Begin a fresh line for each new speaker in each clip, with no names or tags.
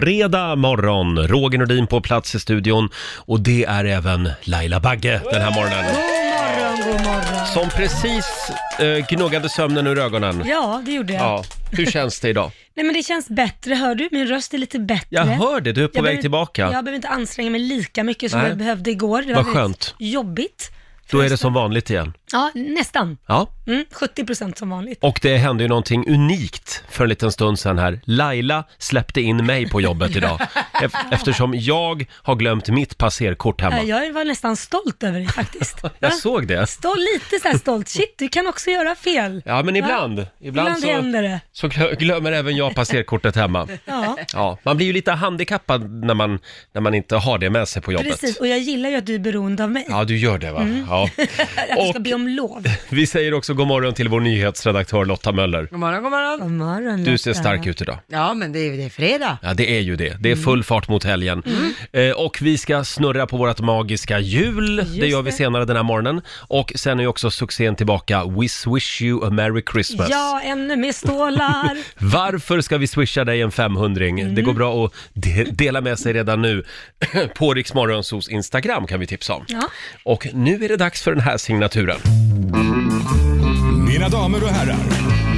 fredag morgon. Roger Nordin på plats i studion och det är även Laila Bagge den här morgonen.
morgon, god morgon.
Som precis eh, gnuggade sömnen ur ögonen.
Ja, det gjorde jag.
Mm. Ja. Hur känns det idag?
Nej men det känns bättre, hör du? Min röst är lite bättre.
Jag hör det, du är på
Jag
väg
behöver- Jag
tillbaka.
behöver inte anstränga mig lika mycket som
Nej.
jag behövde igår. Det
Vad
väldigt
skönt.
Jobbigt.
Då är det som vanligt igen.
Ja, nästan.
Ja.
Mm, 70% som vanligt.
Och det hände ju någonting unikt för en liten stund sedan här. Laila släppte in mig på jobbet idag. Ef- Eftersom jag har glömt mitt passerkort
Ja,
hemma.
Jag var nästan stolt över dig faktiskt.
Jag såg det.
Stå lite så här stolt. Shit, du kan också göra fel.
Ja, men ibland. Ibland,
Ibland händer det.
så, så glö- glömmer även jag passerkortet hemma.
Ja,
Ja, man blir ju lite handikappad när man, när man inte har det med sig på jobbet.
precis. Mm. Och jag gillar ju att du är beroende av mig.
Ja, du gör det va? Ja.
Att du ska
Och-
be om lov.
Vi säger också god morgon till vår nyhetsredaktör Lotta Möller.
God morgon, god morgon.
God morgon,
Du ser
Lotta.
stark ut idag.
Ja, men det är, det är fredag.
Ja, det är ju det.
Mm.
Det är full fart mot helgen. Eh, och vi ska snurra på vårt magiska hjul. Det gör vi
det.
senare den här morgonen. Och sen är ju också succén tillbaka. We swish you a merry Christmas.
Ja, ännu mer stålar.
Varför ska vi swisha dig en 500 Det
Mm.
går bra att de- dela med sig redan nu på Riksmorgonsos Instagram kan vi tipsa om.
Ja.
Och nu är det dags för den här signaturen.
Mina damer och herrar,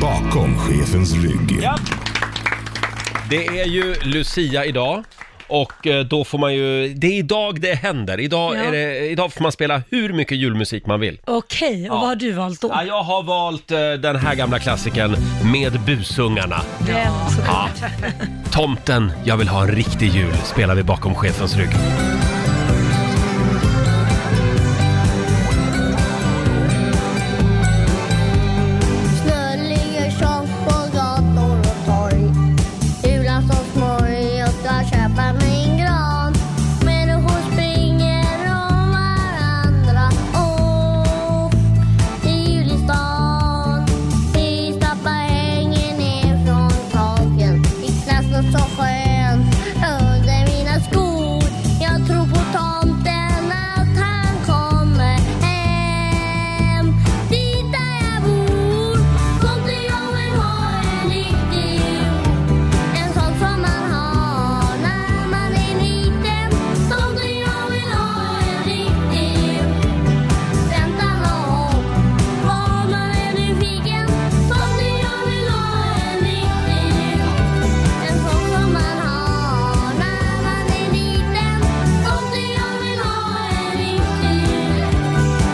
bakom chefens rygg.
Det är ju Lucia idag. Och eh, då får man ju, det är idag det händer. Idag,
Ja.
är det, idag får man spela hur mycket julmusik man vill.
Okej, och vad har du valt då?
Ja, jag har valt eh, den här gamla klassikern med busungarna.
Den såklart.
Tomten, jag vill ha en riktig jul spelar vi bakom chefens rygg.
Snö ligger tjockt på gator och torg. Julaftonsmorgon, jag ska köpa mig en gran. Människor springer om varandra. Och i julistan, prislappar hänger ner från taken. Fick nåt så skönt under mina skor. Jag tror på tomten att han kommer hem. Dit där jag bor. Tomten jag vill ha en riktig jul. En sån som man har när man är liten. Tomten jag vill ha en riktig jul. Väntan och hopp. Var man är nyfiken. Tomten jag vill ha en riktig jul. En sån som man har när man är liten. Tomten jag vill ha en riktig jul.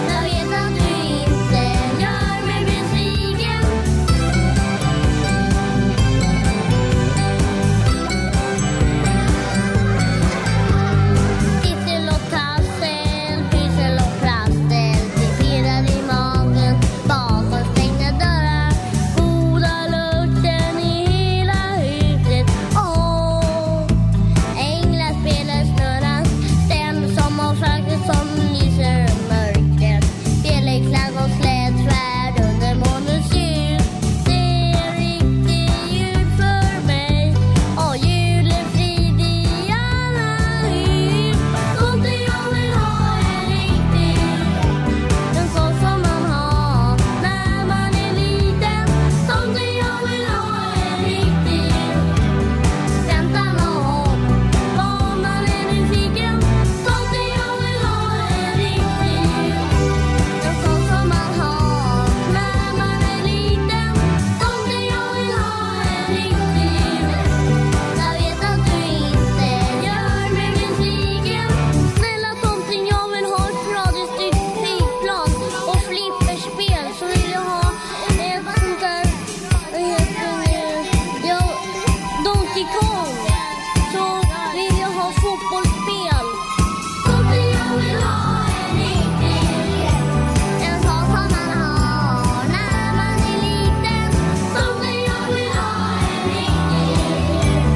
Jag vet att du inte gör mig besviken. Tissel och tassel, pyssel och prassel. Det pirrar i magen bakom stängda dörrar. Goda lukten i hela huset. Åh, änglaspelet snurrar. Den som har frakten som lyser upp mörkret. Speleklang och slätfärd under månens ljus. Det är riktig jul för mig. Och julen frid i alla hus. Tomten jag vill ha en riktig jul. En sån som man har när man är liten. Tomten jag vill ha en riktig jul. Väntan och hopp, var man är nyfiken. Tomten jag vill ha en riktig jul. En sån som man har när man är liten. Tomten jag vill ha en riktig jul. Jag vet att du inte gör mig besviken. Snälla tomten jag vill ha ett radiostyrt flygplan och flipperspel. Så vill jag ha ett sånt där, vad heter det? Jag- Donkey Kong. Så vill jag ha fotbollsspel. Tomten jag vill ha en riktig jul. En sån som man har när man är liten. Tomten jag vill ha en riktig jul.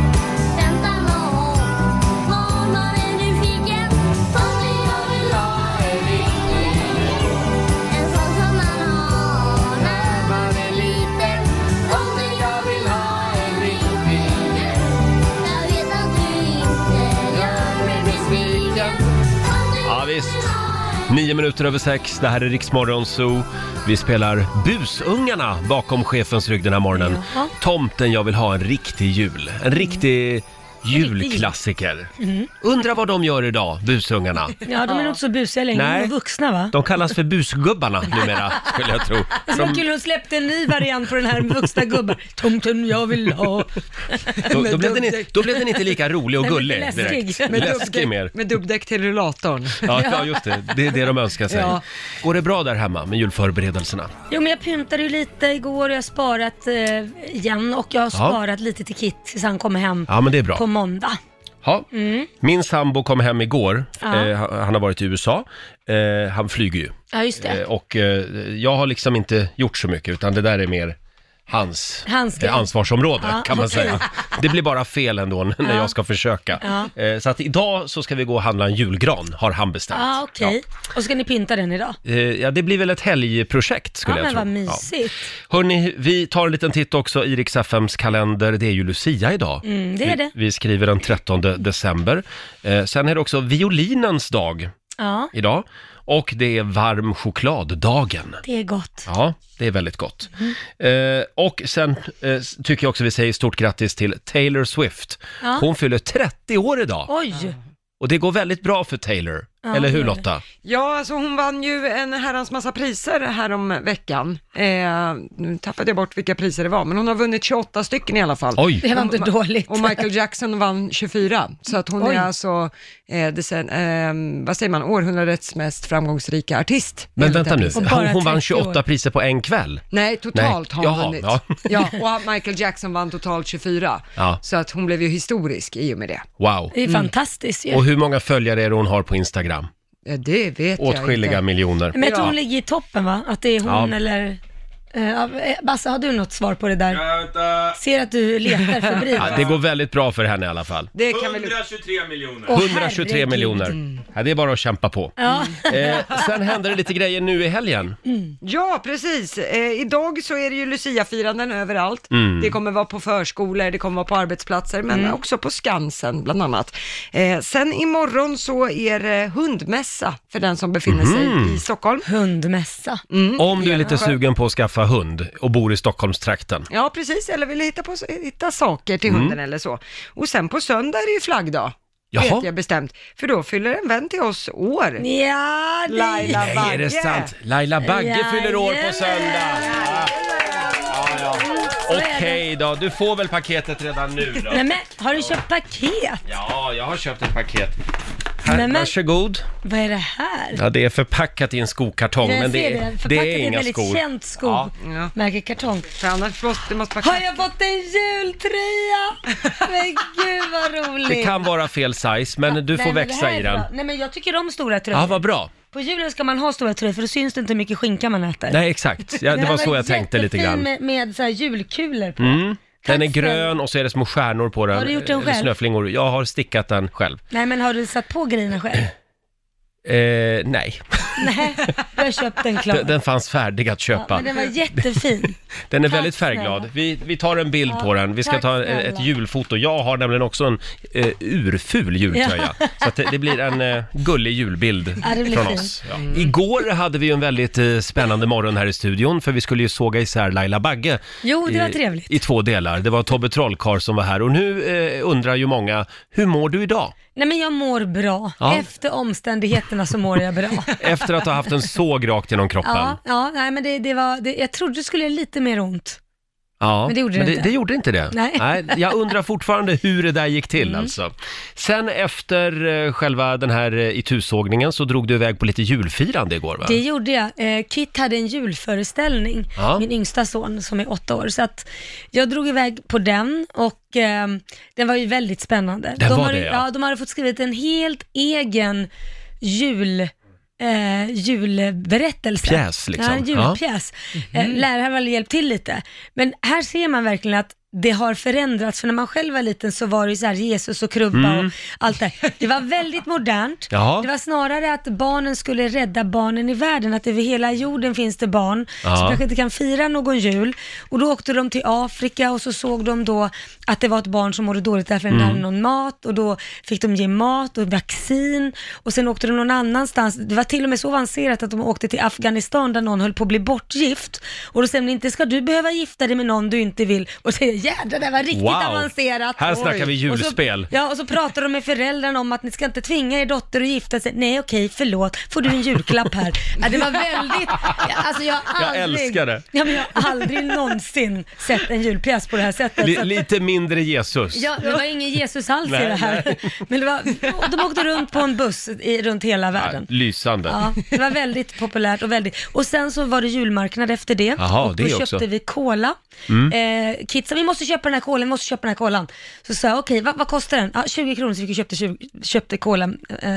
Väntan och hopp, var man är nyfiken. Tomten jag vill ha en riktig jul. En sån som man har när man är liten. Tomten jag vill ha en riktig jul. Jag vet att du inte gör mig besviken. Tomten
Ja,
jag vill
visst.
ha en
Nio minuter över sex, det här är Riksmorgon Zoo. Vi spelar Busungarna bakom chefens rygg den här morgonen.
Jaha. Mm.
Tomten, jag vill ha en riktig jul. En riktig Julklassiker. Undrar vad de gör idag, busungarna.
Ja, de är nog inte så busiga längre. De
Nej.
är vuxna va?
De kallas för busgubbarna numera, skulle jag tro.
Det var kul, hon släppte en ny variant på den här med vuxna gubbar. Tomten jag vill ha.
Då, då, blev den, i- då blev den inte lika rolig och
Den blev
gullig
läskig.
direkt.
Med
Läskig
dubbdäck-
mer.
Med dubbdäck till rullatorn.
Ja, ja, just det. Det är det de önskar sig.
Ja.
Går det bra där hemma med julförberedelserna?
Jo men jag pyntade ju lite igår, jag har sparat eh, igen och jag har sparat lite till Kit tills han kommer hem
Ja, men det är bra.
på måndag. Mm.
Ja. Min sambo kom hem igår.
Ja.
Eh, han han har varit i USA. Eh, han flyger ju.
Ja just det.
Eh, och eh, jag har liksom inte gjort så mycket, utan det där är mer hans
Hans grej.
eh, ansvarsområde,
Ja,
kan man
okej.
säga. Det blir bara fel ändå n- när
Ja.
jag ska försöka.
Ja.
Eh, så att idag så ska vi gå och handla en julgran, har han bestämt.
ah, okej. Och ska ni pynta den idag?
Ja. Eh, ja, det blir väl ett helgprojekt
Ja
skulle jag
men
tro.
vad mysigt.
Hörni, vi tar en liten titt också i Rix FMs kalender. Det är ju Lucia idag.
Mm, det är det.
Vi, vi skriver den 13 december. Eh, sen är det också violinens dag
Ja,
idag. Och det är varm chokladdagen.
det är gott.
Ja, det är väldigt gott.
Mm.
Eh, och sen eh, s- tycker jag också vi säger stort grattis till Taylor Swift.
Ja.
Hon fyller 30 år idag
Oj!
och det går väldigt bra för Taylor.
Ja,
Eller
det
hur
gör det.
Lotta?
Ja, alltså hon vann ju en herrans massa priser här om veckan. Eh, nu tappade jag bort vilka priser det var, men hon har vunnit 28 stycken i alla fall.
Oj!
Det var inte
Och-
dåligt.
Och Michael Jackson vann 24, så att hon
Oj.
är alltså, eh, decen, eh, vad säger man, århundradets mest framgångsrika artist.
Men
enligt
vänta
den
nu,
prisen.
liksom bara
hon, hon
30
vann
år.
28 priser på en kväll.
Nej, totalt
Nej,
har
jaha,
hon vunnit.
ja.
Ja. och Michael Jackson vann totalt 24,
Ja.
så att hon blev ju historisk i och med det.
Wow!
Det är
Mm.
fantastiskt ju.
Och hur många följare är det hon har på Instagram?
Eh, Det vet jag
Åtskilliga
inte.
miljoner.
Men jag tror hon
Ja.
ligger i toppen va? Att det är hon
Ja.
eller... Eh, ja, eh, Basse, har du något svar på det där? Ser att du letar febrilt.
Ja, det går väldigt bra för henne i alla fall.
Det kan väl...
123 miljoner.
Åh,
123
herregud. Mm.
miljoner. Ja, det är bara att kämpa på.
Ja. Mm.
Eh, sen händer det lite grejer nu i helgen.
Ja, precis. Eh, idag så är det ju Luciafiranden överallt.
Mm.
Det kommer vara på förskolor, det kommer vara på arbetsplatser, men
Mm.
också på Skansen bland annat. Eh, sen imorgon så är det hundmässa för den som befinner sig i Stockholm. Mm.
Hundmässa.
Mhm. Om du är lite sugen på att skaffa hund och bor i Stockholmstrakten.
Ja, precis. Eller vill hitta, på, hitta saker
Mm.
till hunden eller så. Och sen på söndag är det ju flaggdag.
Jaha.
Vet jag bestämt. För då fyller en vän till oss år.
Ja, det...
Laila
Nej, är det
Bagge.
sant? Laila Bagge
Jajamän.
fyller år på söndag! Ja. Ja, ja. Okej då, du får väl paketet redan nu då.
Nej men, har du köpt paket?
Ja, jag har köpt ett paket.
Nej,
Här,
men-
varsågod.
Vad är det här?
Ja, det är förpackat i en skokartong,
jag
men
ser
det är,
Förpackat
det
i
är
en
inga
väldigt
skor.
känt sko.
Ja.
Ja.
Märke kartong.
För annars måste man packa.
Har jag fått en jultröja? Men gud vad roligt.
Det kan vara fel size, men
Nej,
du får
men det
växa
här
i
är
den.
bra. Nej men jag tycker om stora tröjor.
Ja, vad bra.
På julen ska man ha stora tröjor för då syns det inte hur mycket skinka man äter.
Nej, exakt. Ja, det
Den
var
här
så jag tänkte lite
jättefin
grann. Mm.
Med, med så här julkulor på.
Den är
Tack snälla.
grön och så är det små stjärnor på den.
Har du gjort den
Eller
själv?
Snöflingor. Jag har stickat den själv.
Nej men har du satt på grejerna själv?
Eh, nej,
Nej, jag har köpt den klar.
den, den fanns färdig att
ja,
köpa.
men den var jättefin.
Den är
Tack
väldigt färgglad.
snälla.
Vi, vi tar en bild
Ja,
på den. Vi ska
tack
ta
snälla.
eh, ett julfoto. Jag har nämligen också en eh, urful jultröja. Så att det, det blir en eh, gullig julbild
Ja, det blir
från
fint. Mm.
oss. Ja. Igår hade vi ju en väldigt eh, spännande morgon här i studion för vi skulle ju såga isär Laila Bagge
Jo, det var
i,
trevligt.
i två delar. Det var Tobbe Trollkarl som var här och nu eh, undrar ju många, hur mår du idag?
Nej men jag mår bra.
Ja.
Efter omständigheterna så mår jag bra.
Efter att ha haft en såg rakt genom kroppen.
Ja, ja nej men det, det var, det, jag trodde det skulle göra lite mer ont.
Ja,
Men det gjorde det
det,
inte.
gjorde inte det.
Nej. Mm.
jag undrar fortfarande hur det där gick till alltså. Sen efter eh, själva den här eh, itusågningen så drog du iväg på lite julfirande igår va?
Det gjorde jag. Eh, Kit hade en julföreställning,
Ja.
min yngsta son som är åtta år. Så att jag drog iväg på den och ehm, den var ju väldigt spännande.
Den
de
var
hade,
det, ja.
ja. De hade fått skrivit en helt egen jul... Eh, julberättelse.
Pjäs, liksom. Mhm.
Ja, en julpjäs. Eh, läraren har väl hjälpt till lite. Men här ser man verkligen att det har förändrats, för när man själv var liten så var det ju så här Jesus och krubba
Mm.
och Mm. allt det Det var väldigt modernt.
Ja.
Det var snarare att barnen skulle rädda barnen i världen, att över hela jorden finns det barn
Ja.
som kanske inte kan fira någon jul. Och då åkte de till Afrika och så såg de då att det var ett barn som mådde dåligt därför
Mm.
den hade någon mat och då fick de ge mat och vaccin och sen åkte de någon annanstans. Det var till och med så avancerat att de åkte till Afghanistan där någon höll på att bli bortgift och då säger de inte ska du behöva gifta dig med någon du inte vill och säger jädrar, det här var riktigt
Wow.
avancerat.
Här snackar vi
Och så-
julspel.
Ja, och så pratar de med föräldrarna om att ni ska inte tvinga er dotter att gifta sig. Nej, okej, förlåt. Får du en julklapp här? Ja, det var väldigt... Alltså, jag, har
Jag
aldrig,
älskar det.
Ja, men jag har aldrig någonsin sett en julpjäs på det här sättet. så
Li-
att-
lite mindre Jesus.
alltså- Ja, det var ingen Jesus alls
Nej,
i det här. Men det var, och de åkte runt på en buss i, runt hela världen.
Lysande.
Ja, det var väldigt populärt och väldigt... Och sen så var det julmarknad efter det.
Jaha,
och då
det
köpte
också. Mm.
vi cola. Eh, kidsen, vi måste köpa den här kolan, vi måste köpa den här kolan. Så sa jag, okej, vad, vad kostar den? Ja, 20 kronor, så vi köpte, 20, köpte cola eh,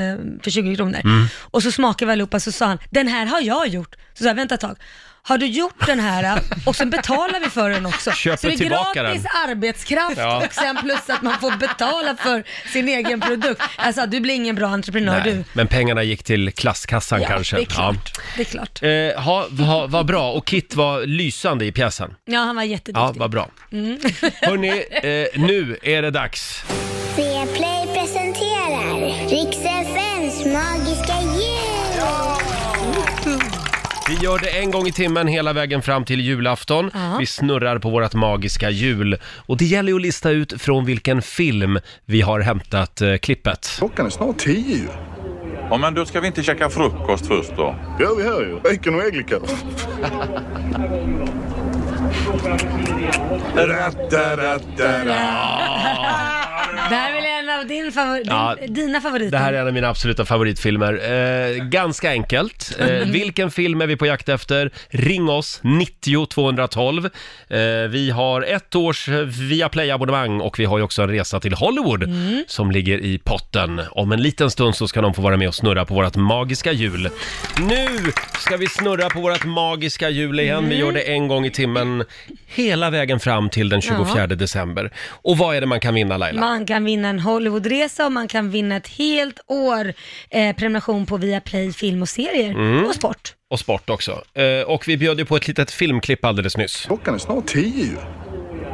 för 20 kronor.
Mm.
Och så smakade vi allihopa, så sa han, den här har jag gjort. Så sa jag, vänta ett tag. Har du gjort den här och sen betalar vi för den också.
Köper
så det är
tillbaka
gratis
den.
arbetskraft
Ja.
och sen plus att man får betala för sin egen produkt. Alltså du blir ingen bra entreprenör
Nej,
du.
Men pengarna gick till klasskassan kanske.
Det är klart. Det är klart.
Ja. Eh, ha, ha, vad bra, och Kit var lysande i pjäsen.
Ja, han var
Ja,
jätteduktig.
vad bra. Hörni, eh, nu är det dags.
Play presenterar Rix FMs magiska jul!
Vi gör det en gång i timmen hela vägen fram till julafton.
Ja.
Vi snurrar på vårt magiska hjul. Och det gäller ju att lista ut från vilken film vi har hämtat eh, klippet.
Klockan är snart tio.
Ja, men då ska vi inte käka frukost först då?
Ja, vi hör ju. Bacon och ägglikör.
Det här är väl en av din favor-
Ja.
din, dina favoriter?
Det här är en av mina absoluta favoritfilmer. Eh, ganska enkelt. Eh,
Mm.
vilken film är vi på jakt efter? Ring oss, 90 212. Eh, vi har ett års Viaplay-abonnemang och vi har ju också en resa till Hollywood
Mm.
som ligger i potten. Om en liten stund så ska de få vara med och snurra på vårt magiska hjul. Nu ska vi snurra på vårt magiska hjul igen. Vi
Mm.
gör det en gång i timmen hela vägen fram till den 24 december. Och vad är det man kan vinna Laila?
Man kan vinna en Hollywoodresa och man kan vinna ett helt år eh, prenumeration på Viaplay film och serier och sport.
Mm. och sport också. Eh, och vi bjöd ju på ett litet filmklipp alldeles nyss.
Klockan är snart tio.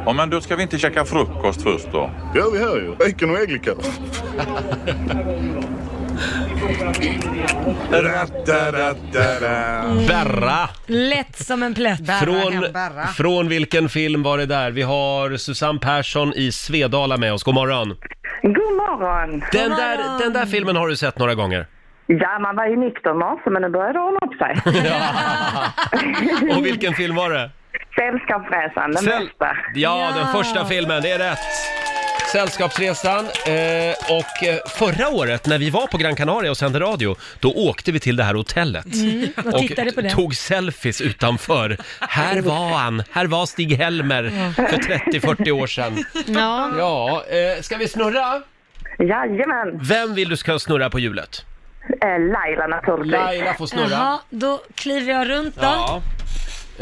Ja, men då ska vi inte käka frukost först då?
Ja, vi hör ju. Bacon och ägglikör.
Mm.
Berra!
Lätt som en plätt.
Från,
hem, berra.
från vilken film var det där? Vi har Susanne Persson i Svedala med oss. God morgon!
God morgon!
Den,
God
Där,
morgon.
den där filmen har du sett några gånger.
Ja, man var ju nykter i morse, men nu börjar det ordna upp sig.
Och vilken film var det?
Sällskapsresan, den
Säll-
bästa.
Ja,
Ja.
den första filmen, det är rätt! Sällskapsresan. Eh, och eh, förra året när vi var på Gran Canaria och sände radio, då åkte vi till det här hotellet.
och Mm. tittade på det.
tog selfies utanför. Här var han, här var Stig-Helmer för 30-40 år sedan.
Ja.
Ja, eh, ska vi snurra?
Jajamän!
Vem vill du ska snurra på hjulet?
Eh, Laila naturligtvis.
Laila får snurra.
Jaha, då kliver jag runt då.
Ja.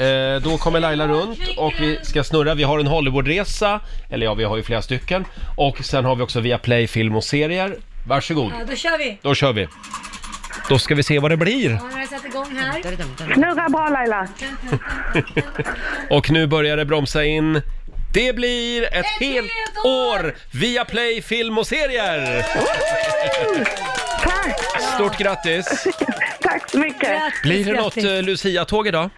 Eh, då kommer Laila runt och vi ska snurra. Vi har en Hollywoodresa, eller ja, vi har ju flera stycken. Och sen har vi också via Play film och serier. Varsågod,
Ja, då kör vi.
då kör vi. Då ska vi se vad det blir.
Ja, nu har jag satt igång här.
Snurra bra Laila!
Och nu börjar det bromsa in. Det blir ett, helt
helt
år,
år!
via Play film och serier!
Tack!
Stort grattis!
Tack så mycket!
Grattis,
Blir det något
grattis.
eh, Lucia-tåg idag?
Eh,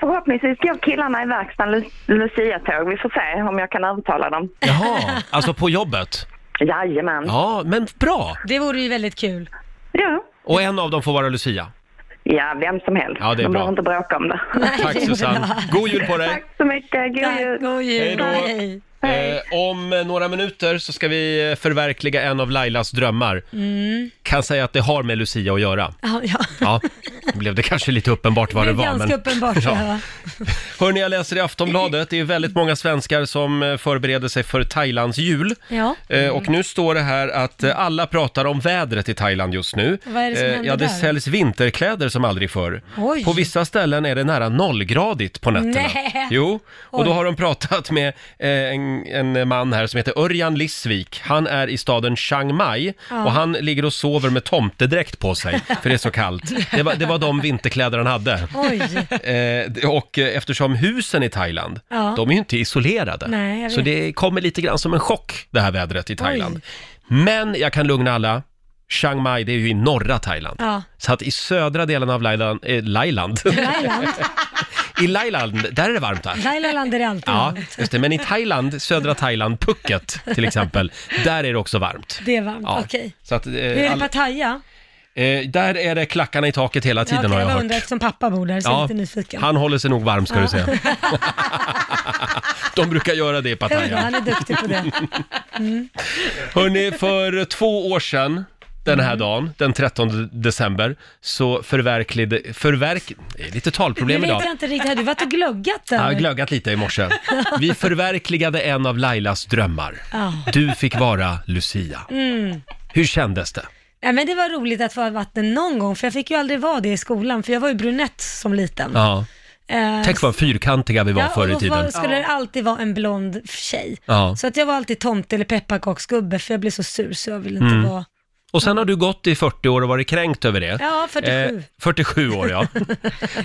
förhoppningsvis går killarna i verkstaden Lu- Lucia-tåg. Vi får se om jag kan övertala dem.
Jaha, alltså på jobbet?
Jajamän! Ja.
Ja, men bra!
Det vore ju väldigt kul.
ja.
Och en av dem får vara Lucia.
vem som helst.
Ja, det är
Man
bra.
behöver inte bråka om det.
Tack Susanne! God jul på dig!
Tack så mycket! God
Tack,
jul!
god jul.
Hej då.
Hej.
Eh, om eh, några minuter så ska vi eh, förverkliga en av Lailas drömmar. Kan säga att det har med Lucia att göra.
Mm. Ja, ja.
Ja, nu blev det kanske lite uppenbart vad
det
det
är
var.
ganska
men-
uppenbart.
Ja.
Ja.
Hörni, jag läser i Aftonbladet, det är väldigt många svenskar som eh, förbereder sig för Thailands jul.
Ja.
Eh, Och
Mm.
nu står det här att eh, alla pratar om vädret i Thailand just nu.
Vad är det som
Eh,
händer
Ja, det
där?
säljs vinterkläder som aldrig förr.
Oj.
På vissa ställen är det nära nollgradigt på nätterna.
Nej.
Jo, och då
Oj.
har de pratat med eh, en, en man här som heter Örjan Lissvik. Han är i staden Chiang Mai och han ligger och sover med tomtedräkt på sig, för det är så kallt. Det var, det var de vinterkläder han hade.
Oj.
Eh, d- och eh, eftersom husen i Thailand,
Ja.
de är ju inte isolerade.
Nej, jag
så
vet.
det kommer lite grann som en chock, det här vädret i Thailand. Men jag kan lugna alla. Chiang Mai, det är ju i norra Thailand.
Ja.
Så att i södra delen av Lailand, eh, Lailand.
Thailand.
I Lailand, där är det varmt va?
Laila Land är det alltid
Ja,
varmt.
just det. Men i Thailand, södra Thailand, Phuket till exempel, där är det också varmt.
Det är varmt,
Ja.
okej.
Så att, eh,
Hur är det
all-
Pattaya?
eh, där är det klackarna i taket hela
Ja,
tiden
okej,
har
jag
jag
bara
hört.
undrar eftersom pappa bor där så jag är lite nyfiken.
han håller sig nog varm Mm, ska du se. De brukar göra det i
Hur,
Pattaya.
han är duktig på det.
Hörni, för två år sedan den
Mm.
här dagen, den 13 december, så förverkligade... Förverk... det är Lite
Nu
talproblem idag.
vet jag inte riktigt, har du varit och glöggat
Jag har
där?
glöggat lite i morse. Vi förverkligade en av Lailas drömmar. Du fick vara Lucia. Hur kändes det?
Mm. Nej, men det var roligt att få ha vatten någon gång, för jag fick ju aldrig vara det i skolan, för jag var ju brunett som liten.
Ja.
Eh,
Tänk vad fyrkantiga vi var förr i
och då var-
tiden.
skulle det alltid vara en blond tjej.
Ja.
Så att jag var alltid tomte eller pepparkaksgubbe, för jag blev så sur så jag ville inte
Mm.
vara...
Och sen har du gått i 40 år och varit kränkt över det.
Ja, 47.
47 år, ja.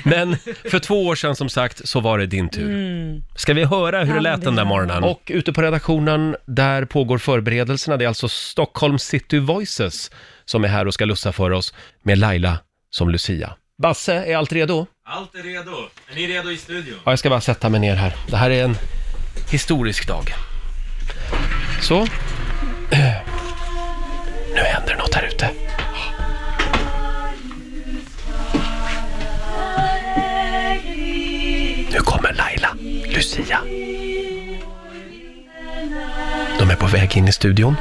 Men för två år sedan som sagt så var det din tur.
Mm.
Ska vi höra hur
Ja,
det
men
lät
det
den där
gör vi.
morgonen? Och ute på redaktionen, där pågår förberedelserna. Det är alltså Stockholm City Voices som är här och ska lussa för oss med Laila som Lucia. Basse, är allt redo?
Allt är redo. Är ni redo i studion?
Ja, jag ska bara sätta mig ner här. Det här är en historisk dag. Så. Nu händer något här ute. Nu kommer Laila, Lucia. De är på väg in i studion.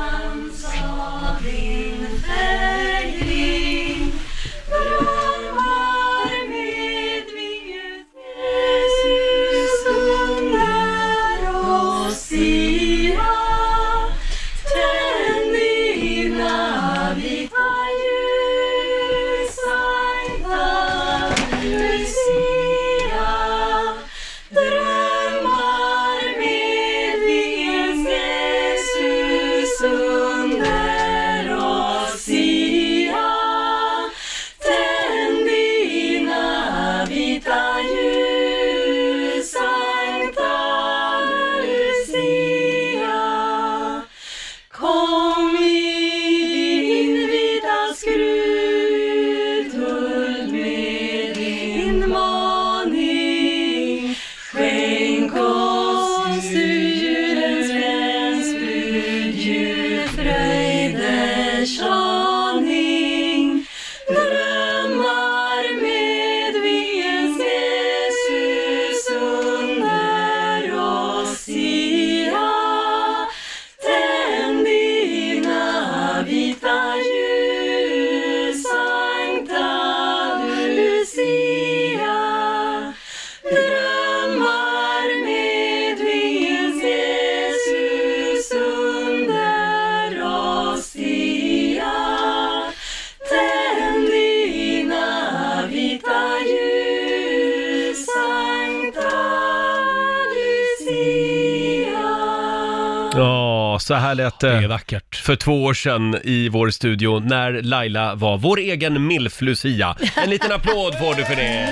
Ja, så här lät det. är vackert. För två år sedan i vår studio när Laila var vår egen milf-Lucia. En liten applåd får du för det.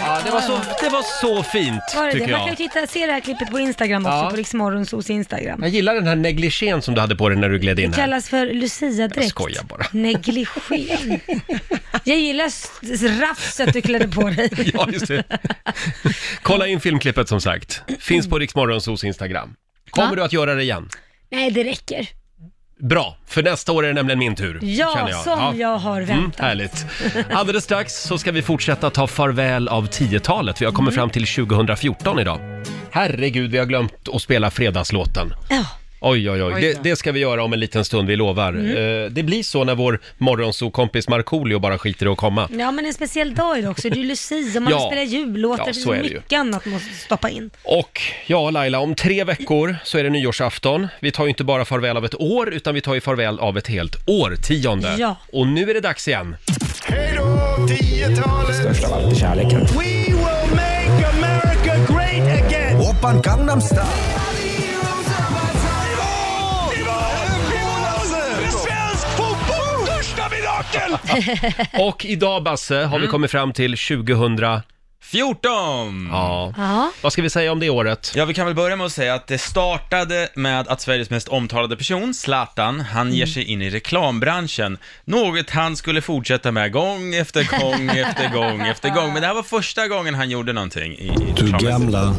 Ja, det var så, det var så fint,
Var det det?
tycker
Man kan ju
jag.
titta, se det här klippet på Instagram också,
Ja.
på Riksmorgonsos Instagram.
Jag gillar den här negligén som du hade på dig när du gled in
Det
här.
kallas för Lucia-dräkt.
Jag skojar bara.
Negligé. Jag gillar s- rafset du klädde på dig.
Ja, just det. Kolla in filmklippet som sagt. Finns på Riksmorgonsos Instagram. Kommer
Va?
du att göra det igen?
Nej, det räcker.
Bra, för nästa år är det nämligen min tur.
Ja,
känner
som
Ja.
jag har
Mm,
väntat.
härligt. Alldeles strax så ska vi fortsätta ta farväl av 10-talet. Vi har kommit fram till 2014 idag. Herregud, vi har glömt att spela fredagslåten.
Ja.
Oj, oj, oj.
Oj
Det,
då.
det ska vi göra om en liten stund, vi lovar. Eh, det blir så när vår morgonsokompis Markoolio bara skiter i att komma.
ja, men en speciell dag idag också. Det är ju Lucia, och man
Mm. Ja.
vill spela jullåtar,
Ja,
det
så
finns
är det ju.
mycket annat man måste stoppa in.
Och ja, Laila, om tre veckor så är det nyårsafton. Vi tar ju inte bara farväl av ett år, utan vi tar ju farväl av ett helt årtionde.
Ja.
Och nu är det dags igen.
Hej då, 10-talet! Störst av allt är kärleken. We will make America great again! Oppan Gangnam Style.
Och idag, Basse, har vi kommit fram till 2014.
14!
Ja.
Ja.
Vad ska vi säga om det året?
Mm. Ja, vi kan väl börja med att säga att det startade med att Sveriges mest omtalade person, Zlatan, han ger
Mm.
sig in i reklambranschen. Något han skulle fortsätta med gång efter gång efter gång efter gång. Men det här var första gången han gjorde någonting i, i
Du
reklambranschen.
gamla.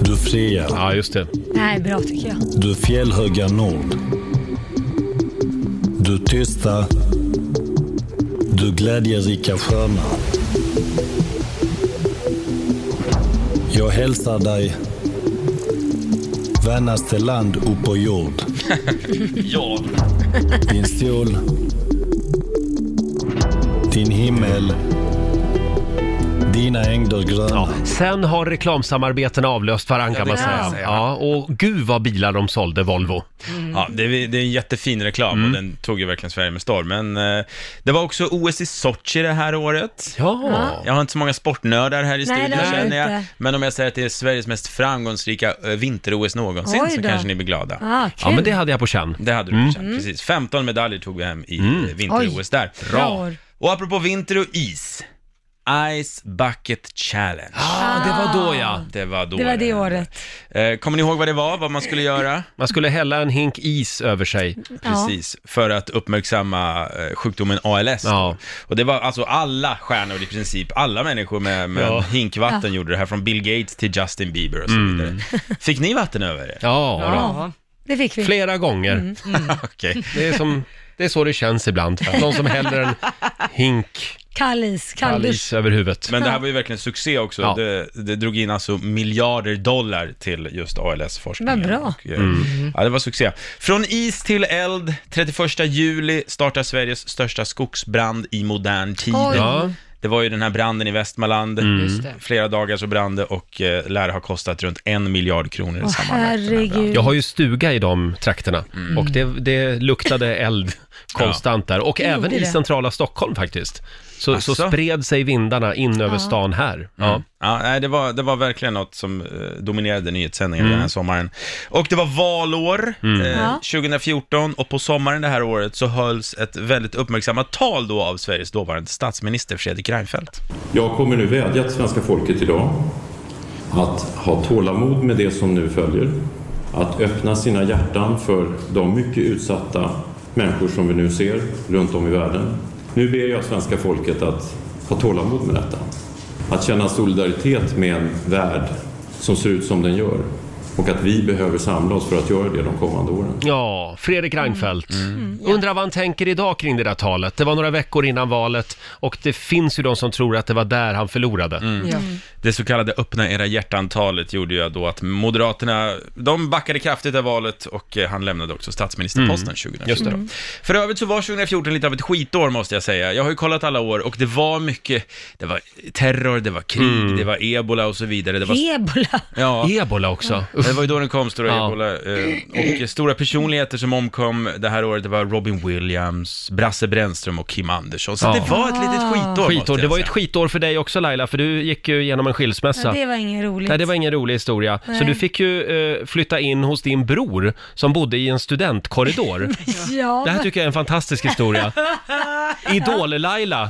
Du fria.
Ja, just det.
Det här är bra tycker jag.
Du fjällhöga nord. Du tysta. Du glädjerika sköna. Jag hälsar dig. Vänaste land upp på jord.
Ja,
Din sol. Din himmel. Dina ängder gröna.
Ja. Sen har reklamsamarbetena avlöst varandra kan
Ja,
man
det kan
säga.
man säga.
Ja, och gud vad bilar de sålde, Volvo. Mm.
Ja, det, är- det är en jättefin reklam och den tog ju verkligen Sverige med storm. Men eh, det var också OS i Sochi det här året.
Ja.
Jag har inte så många sportnördar här i
Nej,
studion
det har du
känner jag.
inte.
Men om jag säger att det är Sveriges mest framgångsrika eh, vinter-OS någonsin
Oj
så
då.
kanske ni blir glada.
Ah,
Ja,
kul.
men det hade jag på känn. Mm.
Det hade du känt, precis. 15 medaljer tog vi hem i eh, vinter-OS där.
bra år.
Och apropå vinter och is, Ice Bucket Challenge.
Ah, det var då ja.
Det var då
Det var det
hände.
året.
Eh, Kommer ni ihåg vad det var, vad man skulle göra?
Man skulle hälla en hink is över sig.
Precis, för att uppmärksamma eh, sjukdomen ALS. då.
Ja.
Och det var alltså alla stjärnor i princip, alla människor med, med
Ja. Mm.
hinkvatten gjorde det här, från Bill Gates till Justin Bieber och så vidare. Fick ni vatten över er?
Ja, då.
Ja, det fick vi. Mm,
flera gånger.
Okej.
Det, är som, det är så det känns ibland. Någon som häller en hink
Kall is,
all
kall is.
is över huvudet.
Men det här var ju verkligen succé också.
Ja.
Det, det drog in alltså miljarder dollar till just ALS-forskningen.
Vad bra.
Och, eh,
Mm.
Ja, det var succé. Från is till eld, 31 juli startar Sveriges största skogsbrand i modern tid.
Oj. Mm.
Ja.
Det var ju den här branden i Västmanland.
Mm.
Flera dagar så brann det och eh, lär ha kostat runt en miljard kronor i
Åh,
sammanlagt. Mm. den här branden.
herregud.
Jag har ju stuga i de trakterna och det, det luktade eld konstant där. Och
Det
även
gjorde
i
det.
centrala Stockholm faktiskt. Så, så
Asså? Mm.
spred sig vindarna in över stan här. Ja.
Ja, nej, det, var, det var verkligen något som eh, dominerade nyhetssändningen
Mm.
den här sommaren. Och det var valår eh,
Ja.
2014 och på sommaren det här året så hölls ett väldigt uppmärksammat tal då av Sveriges dåvarande statsminister Fredrik Reinfeldt.
Jag kommer nu vädja till svenska folket idag att ha tålamod med det som nu följer. Att öppna sina hjärtan för de mycket utsatta människor som vi nu ser runt om i världen. Nu ber jag svenska folket att ha tålamod med detta. Att känna solidaritet med en värld som ser ut som den gör och att vi behöver samla oss för att göra det de kommande åren.
Ja, Fredrik Reinfeldt.
Mm.
Undrar vad han tänker idag kring det där talet. Det var några veckor innan valet och det finns ju de som tror att det var där han förlorade.
Mm.
Ja.
Det så kallade öppna era hjärtan-talet gjorde ju då att Moderaterna, de backade kraftigt av valet och eh, han lämnade också statsministerposten 2014.
Mm. Just det.
För övrigt så var 2014 lite av ett skitår måste jag säga. Jag har ju kollat alla år och det var mycket, det var terror, det var krig, det var ebola och så vidare. Det var,
Ebola.
ja,
Mm. Ebola också.
det var ju då den kom, stora
Ja.
ebola. eh, Och stora personligheter som omkom det här året, det var Robin Williams, Brasse Brännström och Kim Andersson. Så
Ja.
det var ett litet
Ah.
skitår, måste
Skitår.
jag
Det var ju
säga.
ett skitår för dig också Laila, för du gick ju igenom en skilsmässa.
Ja, det var inget roligt.
Alltså. Nej, det var ingen rolig historia. Så du fick ju eh, flytta in hos din bror som bodde i en studentkorridor.
Ja,
Det här tycker jag är en fantastisk historia. Idol-Laila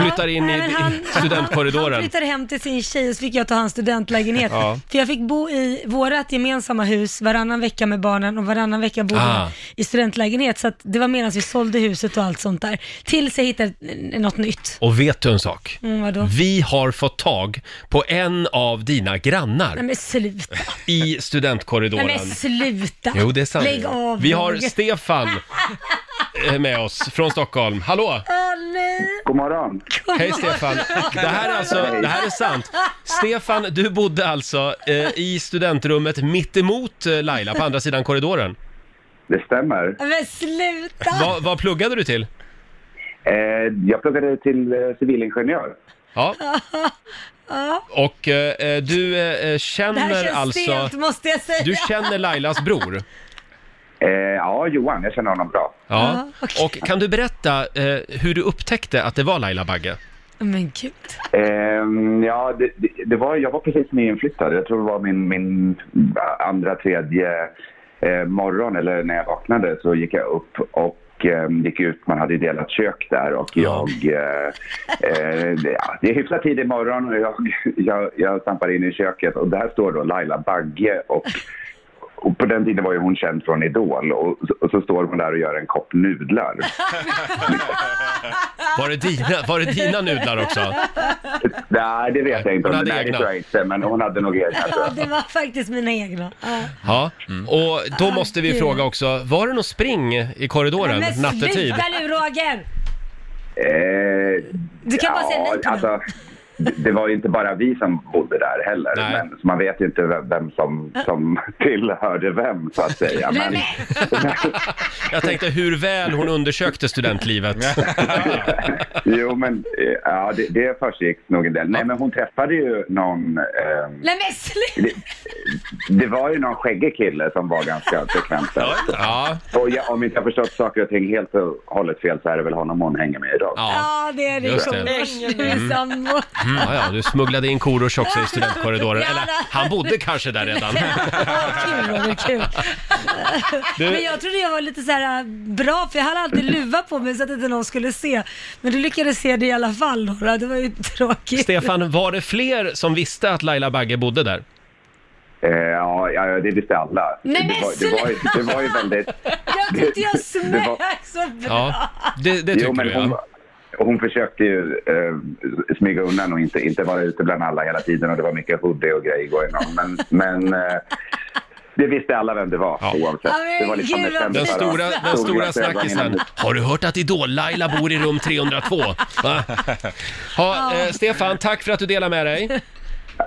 flyttar in
Nej,
i
men han-
i
Han
studentkorridoren.
flyttade hem till sin tjej och så fick jag ta hans studentlägenhet. För jag fick bo i vårat gemensamma hus varannan vecka med barnen och varannan vecka bodde
Ah.
jag i studentlägenhet. Så att det var medan vi sålde huset och allt sånt där. Tills jag hittade eh, något nytt.
Och vet du en sak?
Mm, vadå?
Vi har fått tag på en av dina
Nej
grannar
men sluta.
i
Nej
studentkorridoren.
men sluta.
Jo, det är sant.
Lägg av.
Vi har
Roger.
Stefan eh, med oss från Stockholm. Hallå!
Åh, nej.
God morgon.
Hej Stefan! Det här är alltså, det här är sant. Stefan, du bodde alltså eh, i studentrummet mitt emot eh, Laila på andra sidan korridoren.
Det stämmer.
Nej, Men sluta.
Va, vad pluggade du till?
Eh, jag pluggade till eh, civilingenjör.
Ja. Och eh, du eh,
Det här
känner
känns
alltså...
stelt måste jag säga.
Du känner Lailas bror?
Eh, ja, Johan, jag känner honom bra.
Ja.
Ja, okej.
Och kan du berätta eh, hur du upptäckte att det var Laila Bagge?
Men gud.
Ehm, ja, det, det, det var, jag var precis nyinflyttad. Jag tror det var min, min andra, tredje eh, morgon eller när jag vaknade så gick jag upp och och eh, gick ut. Man hade ju delat kök där och jag... Eh, eh, ja, det är hyfsat tid i morgon och jag, jag, jag stampar in i köket och där står då Laila Bagge och och på den tiden var ju hon känd från Idol och, och så står hon där och gör en kopp nudlar.
Var det dina, var det dina nudlar också?
Nej, det vet jag inte.
Hon
Hon
hade
hade Nej, det
egna.
tror jag inte, men hon hade nog egna. tror
Ja, det var faktiskt mina egna. Ja.
Ja, och då måste vi
Herregud.
fråga också, var det något spring i korridoren
Men
nattetid?
sluta nu Roger!
jag. Eh,
Du kan bara säga nej till
alltså, det- Det var ju inte bara vi som bodde där heller, men, så man vet ju inte vem, vem som, som tillhörde vem så att säga. Men,
Jag tänkte hur väl hon undersökte studentlivet.
jo, men eh, ja, det, det försiggick nog en del. Nej, men hon träffade ju någon eh,
Nej men sluta!
Det, det var ju någon skäggig kille som var ganska frekvent där.
Ja.
Och jag, om inte jag förstått saker och ting helt och hållet fel så är det väl honom hon hänger med idag.
Ja, det är det.
Just det.
Kors, Du är sambo.
Mm. Ja, ja, du smugglade in Korosh också i studentkorridoren. Eller han bodde kanske där redan.
Kul Roger, kul.
Du-
Men jag trodde jag var lite så här äh, bra, för jag hade alltid luva på mig så att inte någon skulle se. Men du lyckades se det i alla fall Laura, det var ju tråkigt.
Stefan, var det fler som visste att Laila Bagge bodde där?
Eh, ja, ja, ja, det visste alla.
Nej, men
det, var, det, var, ju- det var ju väldigt...
Jag tyckte jag smög
Det var-
så bra.
det, det
jo, men hon, hon försökte ju eh, smyga undan och inte, inte vara ute bland alla hela tiden och det var mycket hoodie och grejer going on. Men, men eh, det visste alla vem det var oavsett.
Ja, men
Det var liksom
gud,
med
vad
Den
stämplar och
stora, den stora
solglasögon
snackisen.
innan-
Har du hört att Idol-Laila bor i rum 302? Va? Ha, eh, Stefan, tack för att du delade med dig.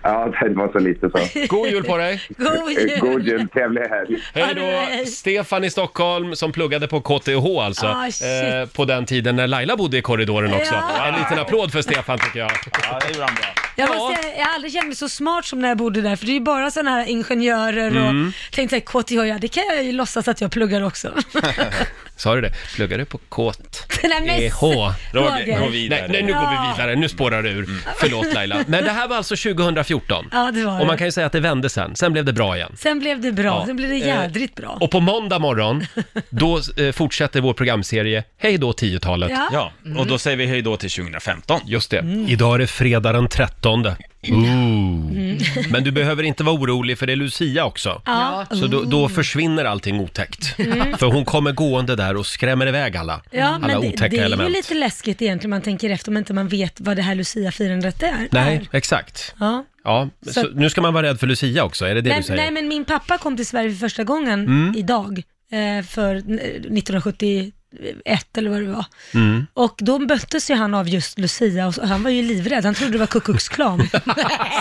Ja, det var så lite så.
God jul på dig!
God
Eh,
jul!
God jul, trevlig helg.
Hej då! Stefan i Stockholm som pluggade på KTH alltså.
Ah, shit.
på den tiden när Laila bodde i korridoren också.
Ja.
En liten applåd för Stefan tycker jag.
Ja, det gjorde han bra.
Jag, måste, säga, jag har aldrig känt mig så smart som när jag bodde där, för det är ju bara sådana här ingenjörer och
Mm.
tänkte såhär, KTH, ja det kan jag ju låtsas att jag pluggar också.
Sa du det? Pluggade på KTH?
Nej, men
E
Roger.
Roger, gå
Nej,
vidare. Mm.
nej, nu går
Ja.
vi vidare. Nu spårar det ur. Förlåt Laila. Men det här var alltså 2014.
Ja, det var
Och man
det.
kan ju säga att det vände sen. Sen blev det bra igen.
Sen blev det bra,
Ja.
sen blev det
Eh,
jädrigt bra.
Och på måndag morgon, då eh, fortsätter vår programserie Hej då 10-talet.
Ja. Mm.
Ja, och då säger vi hej då till 2015.
Just det. Idag är det fredag den 13. Ooh.
Mm.
Men du behöver inte vara orolig för det är Lucia också.
Ja. Mm.
Så då, då försvinner allting otäckt. För hon kommer gående där och skrämmer iväg alla,
Ja,
Mm. alla
men det,
otäcka
det är ju
element.
lite läskigt egentligen om man tänker efter om inte man vet vad det här luciafirandet är.
Nej, exakt.
Ja.
Ja, så...
Så-
nu ska man vara rädd för Lucia också, är det det
Nej,
du säger? Mm.
nej, men min pappa kom till Sverige för första gången idag, eh, för n- 1971 eller vad det var.
Mm.
Och då möttes ju han av just Lucia och så- han var ju livrädd, han trodde det var Ku Klux Klan.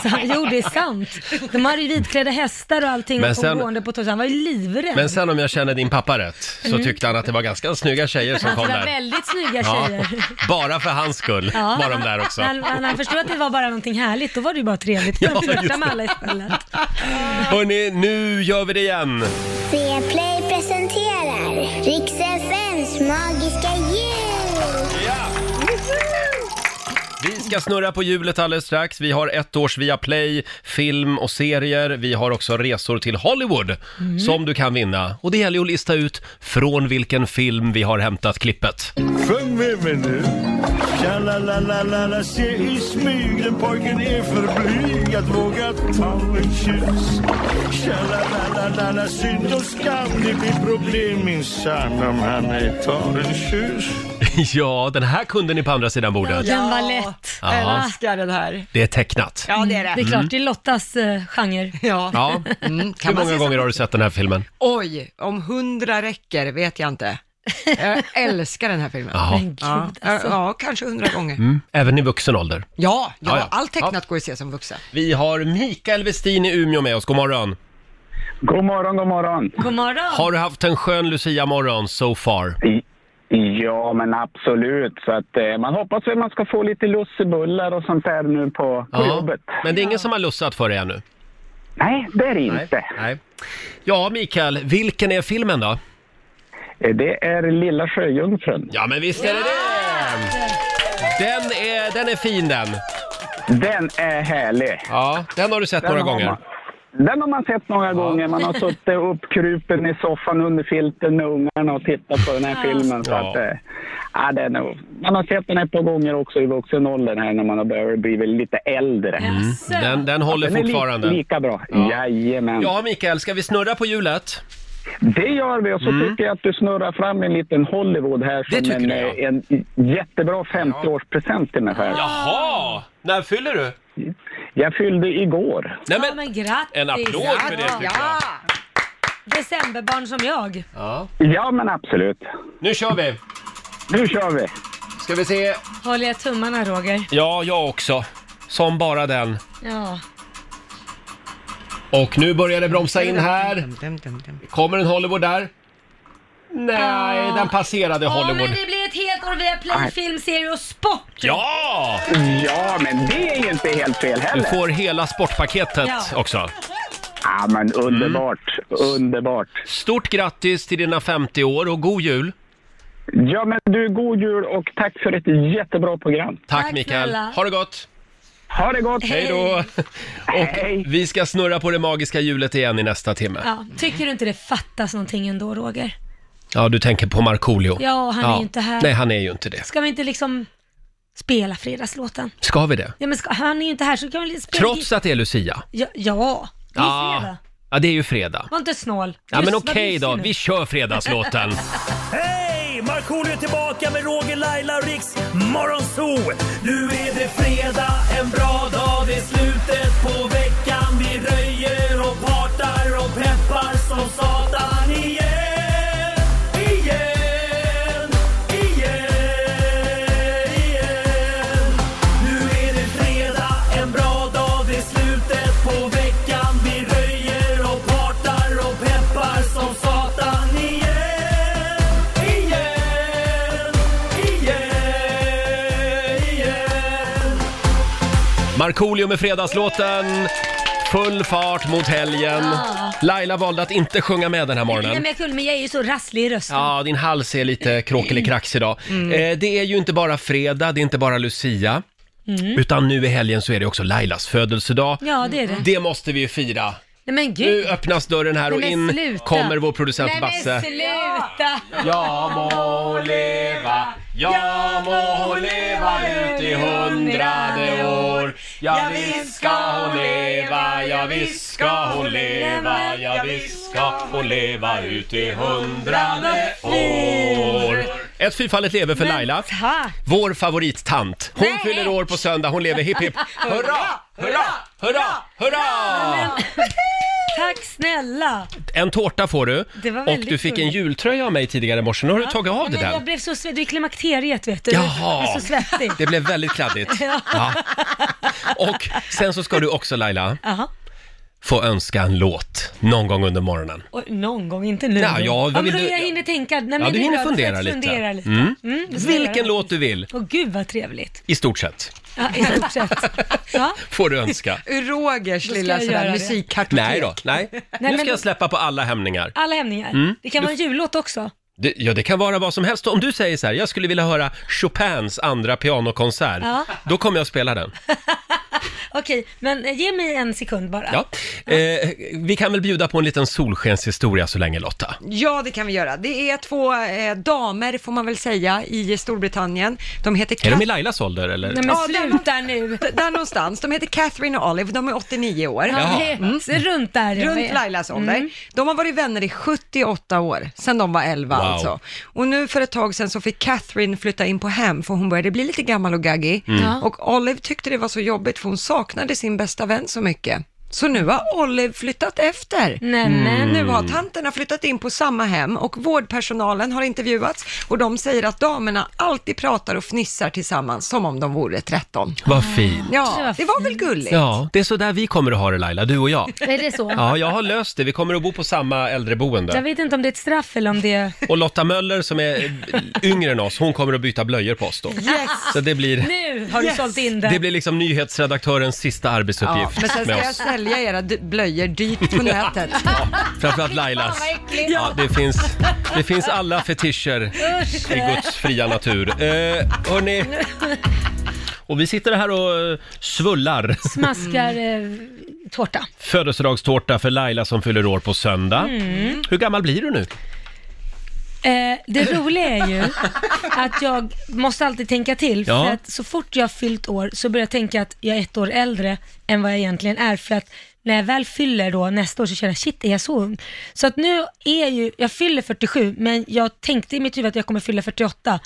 så han, jo, det är sant. De hade ju vitklädda hästar och allting
Men
och
sen-
gående på torget, han var ju livrädd.
Men sen om jag känner din pappa rätt, så tyckte han att det var ganska snygga tjejer som
Mm. han
kom
var
där.
väldigt snygga
Ja,
tjejer.
bara för hans skull var de där också.
När, när han förstod att det var bara någonting härligt, då var det ju bara trevligt. Men
Ja,
ja,
just det.
flörta med alla istället.
Hörni, nu gör vi det igen!
C-play presenterar Rix FMs magiska jul! Woho!
Vi ska snurra på hjulet alldeles strax. Vi har ett års Viaplay, film och serier. Vi har också resor till Hollywood
Mm.
som du kan vinna. Och det gäller ju att lista ut från vilken film vi har hämtat klippet.
Sjung med mig nu. Tja-la-la-la-la-la, se i smyg den pojken är för blyg att våga ta en tjus. Tja-la-la-la-la-la, synd och skam, det blir problem minsann om han ej tar en tjus.
ja, den här kunde ni på andra sidan bordet.
Den var lätt.
Ja.
Jag älskar den här.
Det är tecknat.
Ja, det är
Mm. Det
det.
är klart, det är Lottas eh, genre.
Ja.
Mm. Ja.
Mm,
Hur
kan man
många
se så-
gånger har du sett den här filmen?
Oj, om hundra räcker vet jag inte. Jag älskar den här filmen.
Ja.
Men gud
Ja,
alltså.
ja, kanske hundra gånger.
Mm. Även i vuxen ålder.
Ja, ja,
Ja, ja.
allt tecknat går att se som vuxen.
Vi har Mikael Westin i Umeå med oss. God morgon.
God morgon, god morgon.
God morgon.
Har du haft en skön Lucia-morgon so far?
I- Ja, men absolut. Så att, eh, man hoppas att man ska få lite lussebullar och sånt där nu på, på jobbet.
Men det är ingen som har lussat för dig ännu?
Nej, det är det inte.
Nej. Ja, Mikael, vilken är filmen då?
Eh, Det är Lilla Sjöjungfrun.
Ja, men visst är det den! Den är, den är fin den.
Den är härlig.
Ja, den har du sett
Den
några
har
gånger.
man.
Den har man sett många gånger. Man har suttit uppkrupen i soffan under filten med ungarna och tittat på den här filmen. Så
Ja.
att, eh, ja, den är, man har sett den ett par gånger också i vuxen ålder här när man har börjat bli väl lite äldre.
Mm. Den, den håller
Den är li-
fortfarande.
lika bra. Jajamän.
Ja, Mikael, ska vi snurra på hjulet?
Det gör vi och så
Mm.
tycker jag att du snurrar fram en liten Hollywood här som en, eh, en jättebra 50-årspresent till mig själv.
Jaha! När fyller du?
Jag fyllde igår.
Nej,
Ja, men grattis!
En applåd för det, tycker jag.
Ja. Decemberbarn som jag.
Ja.
Ja, men absolut.
Nu kör vi!
Nu kör vi!
Ska vi se...
Håller jag tummarna Roger?
Ja, jag också. Som bara den.
Ja.
Och nu börjar det bromsa in här. Kommer en Hollywood där? Nej, den passerade
Ja,
Hollywood.
men det blir ett helt år via play,
Nej.
film, serie och sport.
Ja!
Ja, men det är ju inte helt fel
Du
heller.
får hela sportpaketet
Ja.
också. Mm.
Ja, men underbart. Underbart.
Stort grattis till dina 50 år och god jul!
Ja, men du, god jul och tack för ett jättebra program.
Tack, Tack, Mikael. snälla. Ha det gott!
Ha det gott!
Hej då! Och vi ska snurra på det magiska hjulet igen i nästa timme. Ja,
Ja, tycker du inte det fattas någonting ändå Roger?
du tänker på Markoolio.
Ja, han är ju inte här.
Nej, han är ju inte det.
Ska vi inte liksom spela fredagslåten?
Ska vi det?
Ja men ska, han är ju inte här så kan vi spela...
Trots att det är Lucia?
Ja, ja det är
Ja.
fredag.
Ja, det är ju fredag.
Var inte snål.
Ja, men
Just,
okej
vad busig
då.
nu.
Vi kör fredagslåten.
Hej! Markoolio är tillbaka med Roger, Laila och Riks Morgonzoo! Nu är det fredag, en bra dag, det är slutet på veckan. Vi röjer och partar och peppar som satan igen, igen, igen, igen. Nu är det fredag, en bra dag, det är slutet på veckan. Vi röjer och partar och peppar som satan igen, igen, igen, igen.
Markoolio med fredagslåten. Full fart mot helgen.
Ja.
Laila valde att inte sjunga med den
Nej
här
men
morgonen.
jag kunde, men jag är ju så rasslig i rösten.
Ja, din hals är lite kråkelikrax idag. Eh, det är ju inte bara fredag, det är inte bara Lucia.
Mm.
Utan nu i helgen så är det också Lailas födelsedag.
Ja, det är det.
Det måste vi ju fira.
Nej men
Nu
gud.
öppnas dörren här och
Nej,
in
men sluta.
kommer vår producent
Nej men
Basse.
sluta!
Jag må leva, jag må leva ut i hundrade år. Ja visst ska hon leva, ja visst ska hon leva, ja visst ska hon leva ut i hundrade år. Ett fyrfallet lever för Laila. Vår favorittant. Hon fyller år på söndag, hon lever hipp hipp. Hurra, hurra, hurra, hurra!
Tack snälla!
En tårta får du.
Det var
Och
väldigt
du fick en
gulligt.
jultröja av mig tidigare i morse. Nu har du tagit av dig
Men jag
den.
blev så svettig, det är klimakteriet vet du.
Jaha.
Jag är så svettig.
Det blev väldigt kladdigt.
Ja.
Ja. Och sen så ska du också Laila
Jaha.
få önska en låt någon gång under morgonen.
Oj, någon gång, inte nu.
Ja, ja, vad
men
vill
då
du-
Jag hinner tänka. Nej, men
Ja, du
det är
hinner
bra, får
fundera
jag
lite.
Fundera lite.
Mm.
det ska jag
Vilken
göra.
låt du vill,
Åh gud vad trevligt.
i stort sett,
Ja, i stort sett. Ja.
får du önska.
Ur Rogers
Då ska
lilla
jag göra
sådär
det.
musikkartotek.
Nej då, nej. Nu
men-
ska jag släppa på alla hämningar.
Alla hämningar.
Mm.
Det kan vara en jullåt också.
Det, ja, det kan vara vad som helst. Om du säger så här, jag skulle vilja höra Chopins andra pianokonsert,
Ja.
då kommer jag att spela den.
Okej, men eh, ge mig en sekund bara.
Ja. Eh, vi kan väl bjuda på en liten solskenshistoria så länge Lotta.
Ja, det kan vi göra. Det är två eh, damer, får man väl säga, i Storbritannien. De heter Kat-
Är de i Lailas ålder eller?
Nej, men
sluta nu!
Där någonstans. De heter Catherine och Olive, de är 89 år. Mm.
Ja, det-
Runt där. Mm.
Runt Lailas ålder. De har varit vänner i 78 år, sedan de var 11
Wow.
alltså. Och nu för ett tag sedan så fick Catherine flytta in på hem, för hon började bli lite gammal och gaggig.
Mm. Ja.
Och Olive tyckte det var så jobbigt, för hon saknade sin bästa vän så mycket. Så nu har Olive flyttat efter.
Nämen. Mm.
Nu har tanterna flyttat in på samma hem och vårdpersonalen har intervjuats och de säger att damerna alltid pratar och fnissar tillsammans som om de vore 13.
Vad fint.
Ja, det var väl gulligt?
Ja, det är så där vi kommer att ha det Laila, du och jag.
Är det så?
Ja, jag har löst det. Vi kommer att bo på samma
Jag
äldreboende.
vet inte om det är ett straff eller om det är...
Och Lotta Möller som är yngre än oss, hon kommer att byta blöjor på oss då.
Yes!
Så det blir,
Nu har du
Yes.
sålt in det.
det blir liksom nyhetsredaktörens sista
Ja,
arbetsuppgift
men sen ska
med
jag
oss.
sälja era d- blöjor dyrt på nätet.
Framförallt Lailas.
äckligt.
Ja, det finns, det finns alla fetischer
Usch.
i Guds fria natur. Eh, hörni, Och vi sitter här och eh, svullar.
Smaskar eh, tårta.
Födelsedagstårta för Laila som fyller år på söndag.
Mm.
Hur gammal blir du nu?
Eh, det roliga är ju att jag måste alltid tänka till, för
Ja.
att så fort jag har fyllt år så börjar jag tänka att jag är ett år äldre än vad jag egentligen är, för att när jag väl fyller då nästa år så känner jag, shit, är jag så ung? Så att nu är ju, jag fyller 47, men jag tänkte i mitt huvud att jag kommer fylla 48,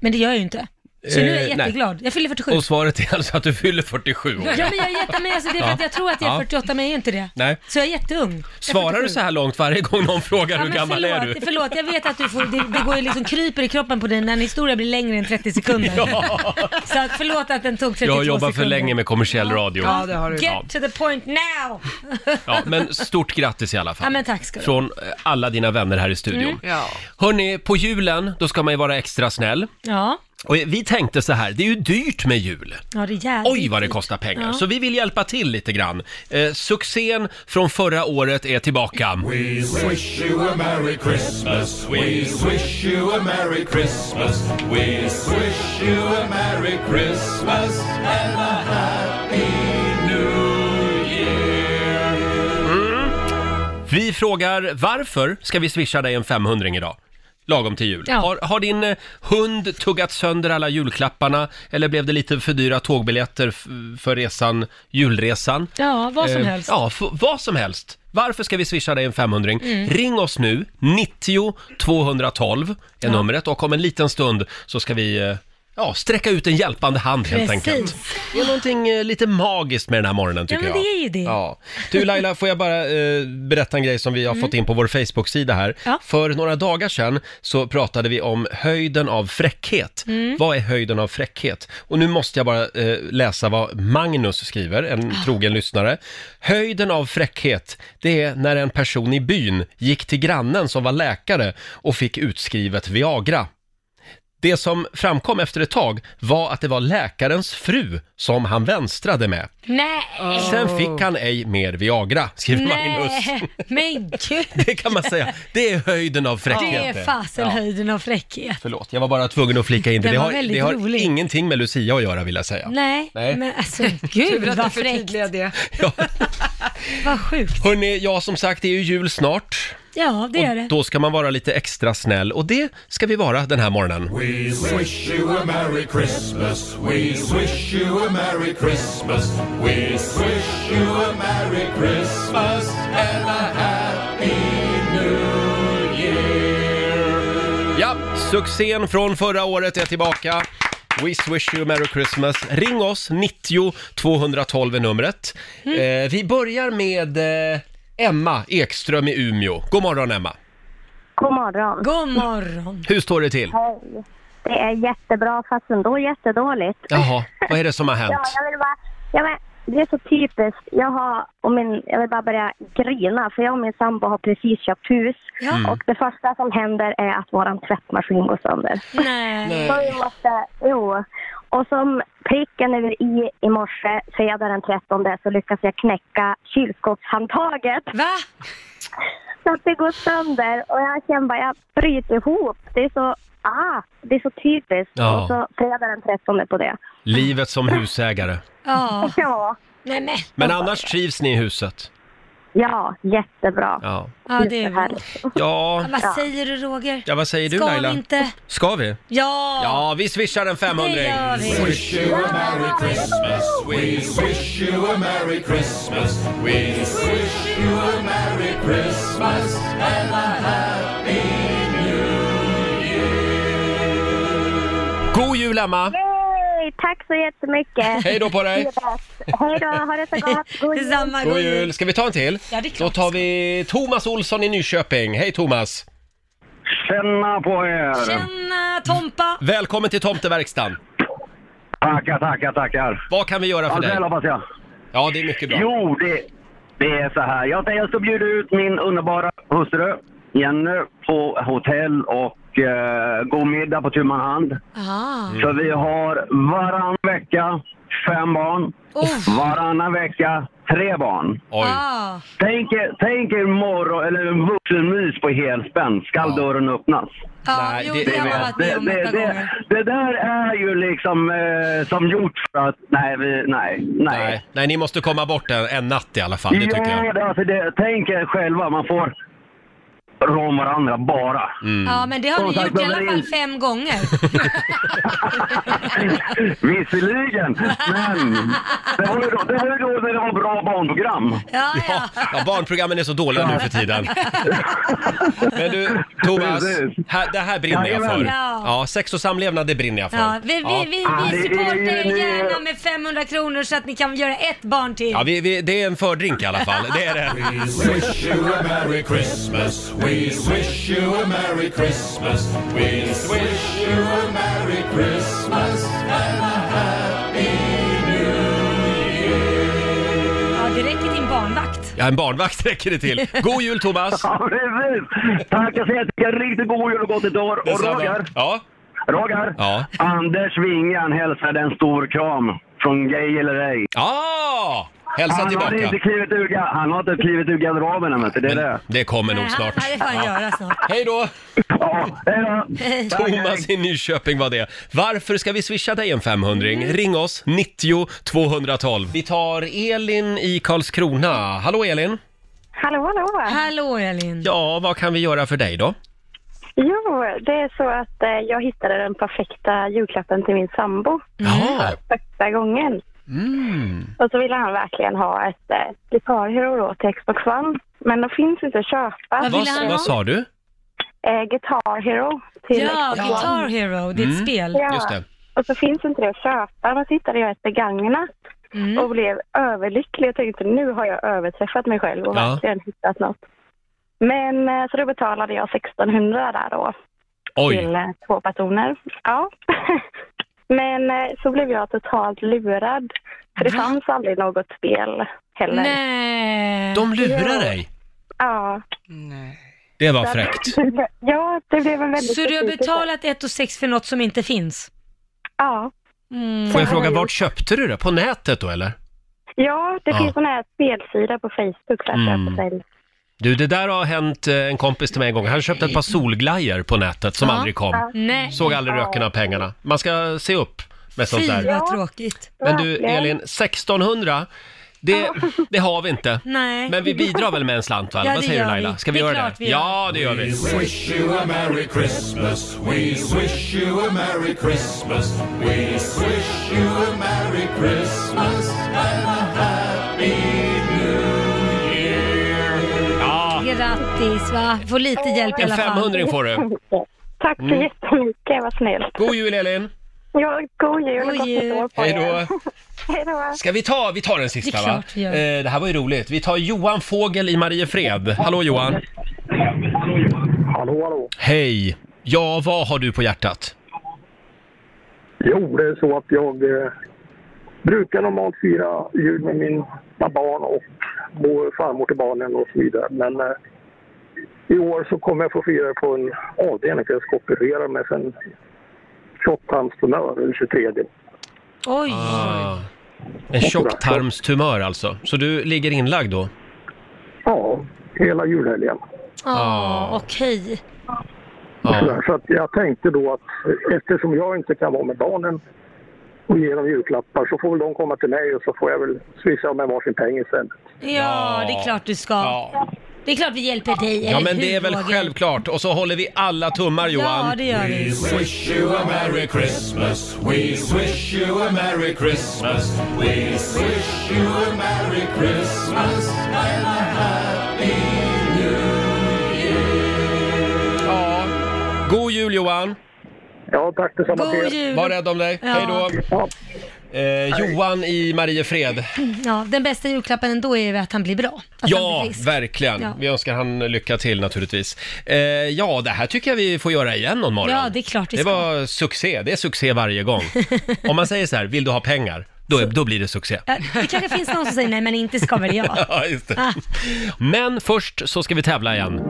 men det gör jag ju inte. Så nu är jag
Eh, nej.
jätteglad. Jag fyller 47.
Och svaret är alltså att du fyller 47 år.
Ja, men jag är jätte, men alltså det är för att jag tror att jag är
Ja.
48, men jag är ju inte det.
Nej.
Så jag är jätteung. Jag är
Svarar
47.
du så här långt varje gång någon frågar
Ja,
hur
men
gammal
förlåt,
är du?
Förlåt, jag vet att du får, det, det går ju liksom kryper i kroppen på dig när en historia blir längre än 30 sekunder. Så att förlåt att den tog 32
Jag har jobbat för
sekunder.
länge med kommersiell radio.
Ja, Get
Ja,
to the point now!
ja, men stort grattis i alla fall.
Ja, men tack ska du ha.
Från eh, alla dina vänner här i studion.
Mm. Ja.
Hörni, på julen, då ska man ju vara extra snäll.
Ja.
Och vi tänkte så här, det är ju dyrt med jul.
ja, det är jävligt.
Oj vad det kostar pengar,
Ja.
så vi vill hjälpa till lite grann. Eh, succén från förra året är tillbaka.
wish you a Merry Christmas. We wish you a Merry Christmas. We wish you a Merry Christmas and a Happy New Year.
Vi frågar varför ska vi swisha dig en 500 idag? Lagom till jul.
Ja.
Har, har din eh, hund tuggat sönder alla julklapparna eller blev det lite för dyra tågbiljetter f- för resan, julresan?
Ja, vad som
Eh,
helst.
Ja, f- vad som helst. Varför ska vi swisha dig en 500
Mm.
Ring oss nu, 90 212 är
Ja.
numret och om en liten stund så ska vi eh, ja, sträcka ut en hjälpande hand helt enkelt. Det är någonting eh, lite magiskt med den här morgonen
Ja,
tycker
men
jag.
det är ju det.
Ja. Du Laila, får jag bara eh, berätta en grej som vi har
Mm.
fått in på vår Facebook-sida här.
Ja.
För några dagar sedan så pratade vi om höjden av fräckhet.
Mm.
Vad är höjden av fräckhet? Och nu måste jag bara eh, läsa vad Magnus skriver, en
Ah.
trogen lyssnare. Höjden av fräckhet, det är när en person i byn gick till grannen som var läkare och fick utskrivet Viagra. Det som framkom efter ett tag var att det var läkarens fru som han vänstrade med.
Nej!
Sen fick han ej mer Viagra, skriver Magnus.
Nej, men gud.
Det kan man säga. Det är höjden av fräckhet.
Det är fasen
Ja.
höjden av fräckhet.
Förlåt, jag var bara tvungen att flika in det.
Den
Det
var
har,
väldigt
det har
rolig.
ingenting med Lucia att göra vill jag säga.
Nej,
Nej.
men alltså gud vad fräckt.
det.
Vad sjukt.
Hörni, ja som sagt, det är ju jul snart.
Ja, det är det.
Då ska man vara lite extra snäll och det ska vi vara den här morgonen.
We wish you a Merry Christmas. We wish you a Merry Christmas. We wish you a Merry Christmas and a Happy New Year.
Ja, succén från förra året är tillbaka. We wish you a merry Christmas. Ring oss, 90 212 är numret. Eh, vi börjar med eh, Emma Ekström i Umeå. God morgon Emma.
God morgon.
God morgon.
Hur står det till?
Hej. Det är jättebra fast ändå jättedåligt.
Jaha, vad är det som har hänt?
Ja, jag vill bara... Ja, men, det är så typiskt. Jag, har, och min, jag vill bara börja grina för jag och min sambo har precis köpt hus.
Ja.
Och det första som händer är att våran tvättmaskin går sönder.
Nej.
Så vi måste, jo. Och som pricken över i i morse, fredag den 13, så lyckas jag knäcka kylskåpshandtaget.
Va?
Så att det går sönder och jag känner bara, jag bryter ihop. Det är så, ah, det är så typiskt.
Ja.
Och så fredag den 13 på det.
Livet som husägare.
Ja.
ja.
Nej, men.
Men annars trivs ni i huset?
Ja, jättebra.
Ja.
Ja, det är bra.
Ja,
Vad säger du Roger?
ja vad säger du
Ska
Laila?
vi inte?
Ska vi?
Ja!
Ja, vi swishar en 500
Det gör vi. Wish you a merry Christmas. We wish you a Merry Christmas. We wish you a Merry Christmas and a Happy New Year.
God jul Emma!
Yay, tack så jättemycket.
Hej då på dig.
Ni är bäst. Hej då, ha det så gott. God jul.
Detsamma,
God jul! Ska vi ta en till?
Ja, det är
Då
klart
tar vi Thomas Olsson i Nyköping. Hej Thomas!
Tjena på er!
Tjena Tompa!
Välkommen till tomteverkstan!
Tackar, tackar, tackar!
Vad kan vi göra för
Allt
dig?
väl hoppas jag.
Ja, det är mycket bra.
Jo, det, det är så här. Jag tänkte jag ska bjuda ut min underbara hustru Jenny på hotell och eh, god middag på tu man hand. Mm.
Ah.
Så vi har varann vecka fem barn.
Oh.
Varannan vecka Tre barn.
Oj.
Ah.
Tänk, er- tänk er morgon, eller en vuxen mys på helspänn. Skall dörren öppnas?
Ja, jo, det, har man varit med om
det,
åtta
det,
gånger.
det där är ju liksom eh, som gjort för att, nej, vi, nej, nej.
Nej, nej, ni måste komma bort en, en natt i alla fall, det tycker jag.
Ja, det, alltså det, tänk er själva, man får rå om varandra bara.
Mm.
Ja, men det har
Som
ni
sagt,
gjort i
de är
alla fall fem gånger.
Visserligen, men det var ju då, det var ju då när det var bra barnprogram.
Ah, Ja,
ja. ja, barnprogrammen är så dåliga nu för tiden. Men du, Thomas,
Precis.
här, det här brinner jag för.
Ja.
Ja, sex och samlevnad, det brinner jag för.
Ja, vi, vi, vi,
Ja.
vi supportar er gärna med 500 kronor så att ni kan göra ett barn till.
Ja, vi, vi, det är en fördrink i alla fall. Det är det.
wish you a Merry Christmas. We wish you a Merry Christmas. We wish you a Merry Christmas and a Happy
Ja, det räcker till en barnvakt.
Ja, en barnvakt räcker det till. God jul Thomas!
Ja, precis. Tack, jag säger att det är riktigt god jul och gott nytt år. Och
Detsamma.
Roger,
Ja.
Roger.
Ja.
Anders Wingan hälsade en stor kram från Gay eller ej.
Ja! Hälsa
han
tillbaka.
Hade inte klivit ur, ga- han har inte klivit ur garderoben än, vet du. Det är det.
Det kommer nog snart.
Ja, det får han göra snart.
Hej då!
Hej.
Thomas i Nyköping var det. Varför ska vi swisha dig en 500
Mm.
Ring oss, 90 212. Vi tar Elin i Karlskrona. Hallå Elin!
Hallå, hallå!
Hallå Elin!
Ja, vad kan vi göra för dig då?
Jo, det är så att eh, jag hittade den perfekta julklappen till min sambo.
Jaha.
För första gången.
Mm.
Och så ville han verkligen ha ett eh, gitarrhero då till Xbox One. Men de finns inte att köpa.
Vad, vad sa du?
Eh, Guitar Hero till
Ja,
Xbox One.
Guitar Hero, det är ett
Mm,
spel.
Ja.
Just det.
Och så finns inte det att köpa. Men så hittade jag ett begagnat
Mm.
och blev överlycklig. Jag tänkte nu har jag överträffat mig själv och
Ja.
verkligen hittat något. Men eh, så då betalade jag 1600 där då. till
Oj!
eh, två personer. Ja. Men eh, så blev jag totalt lurad. För det fanns aldrig något spel heller.
Nej.
De lurar dig!
Ja.
Det var fräckt.
ja, det blev en väldigt
Så du har
besvikelse.
betalat 1 och 6 för något som inte finns? Mm.
Ja.
Får jag fråga, vart köpte du det? På nätet då eller?
Ja, det
Ja.
finns sån här spelsida på Facebook för att
Mm.
köpa sig.
Du, det där har hänt eh, en kompis till mig en gång. Han köpte ett par solglajjor på nätet som
Ja.
aldrig kom.
Nej.
Såg aldrig röken av pengarna. Man ska se upp med sånt
Fy
där.
vad tråkigt.
Men du Elin, 1600, det, det har vi inte.
Nej.
Men vi bidrar väl med en slant va?
Ja,
Vad
det
säger du
gör
Laila?
vi.
Ska vi
Det är
göra
klart
det?
vi gör.
Ja, det gör
We
vi.
wish you a Merry Christmas. We wish you a Merry Christmas. We wish you a Merry Christmas and a Happy New Year.
Grattis va? Får lite hjälp i
En
alla fall.
500 får du.
Tack så
Mm.
jättemycket, vad snällt.
God jul Elin!
Ja, god jul och
God
gott nytt
jul.
år på
Hej
er.
då!
Hej då.
Ska vi ta, vi tar den sista
Det är
va?
klart vi gör.
Eh, det här var ju roligt. Vi tar Johan Fågel i Mariefred. Hallå Johan!
Hallå, hallå.
Hej! Ja, vad har du på hjärtat?
Jo, det är så att jag eh, brukar normalt fira jul med mina barn och vår farmor till barnen och så vidare. Men eh, i år så kommer jag få fira det på en avdelning för jag ska operera mig för en tjocktarmstumör den 23.
Oj!
Ah. En tjocktarmstumör alltså. Så du ligger inlagd då?
Ja, hela julhelgen.
Ah, Okej.
Sådär, Så att jag tänkte då att eftersom jag inte kan vara med barnen och ge dem julklappar så får väl de komma till mig och så får jag väl swisha med varsin peng istället.
Ja, det är klart du ska. Det är klart vi hjälper dig,
Ja,
eller
men det
hur,
är väl
Roger?
självklart. Och så håller vi alla tummar Johan.
Ja, det gör vi.
We wish you a Merry Christmas. We wish you a Merry Christmas. We wish you a Merry Christmas and a Happy New Year.
God jul Johan!
Ja, tack detsamma
God till er. jul.
Var rädd om dig.
Ja.
Hej då! Eh, Johan i Mariefred.
Ja, den bästa julklappen ändå är ju att han blir bra. Att han
Ja,
blir frisk.
verkligen.
Ja.
Vi önskar han lycka till naturligtvis. Eh, ja, det här tycker jag vi får göra igen någon morgon.
Ja, det är klart vi
Det
ska.
var succé. Det är succé varje gång. Om man säger så här, vill du ha pengar? Då, är, då blir det succé.
Ja, Det kanske finns någon som säger nej, men inte ska väl jag.
Ja, just
Ah.
det. Men först så ska vi tävla igen.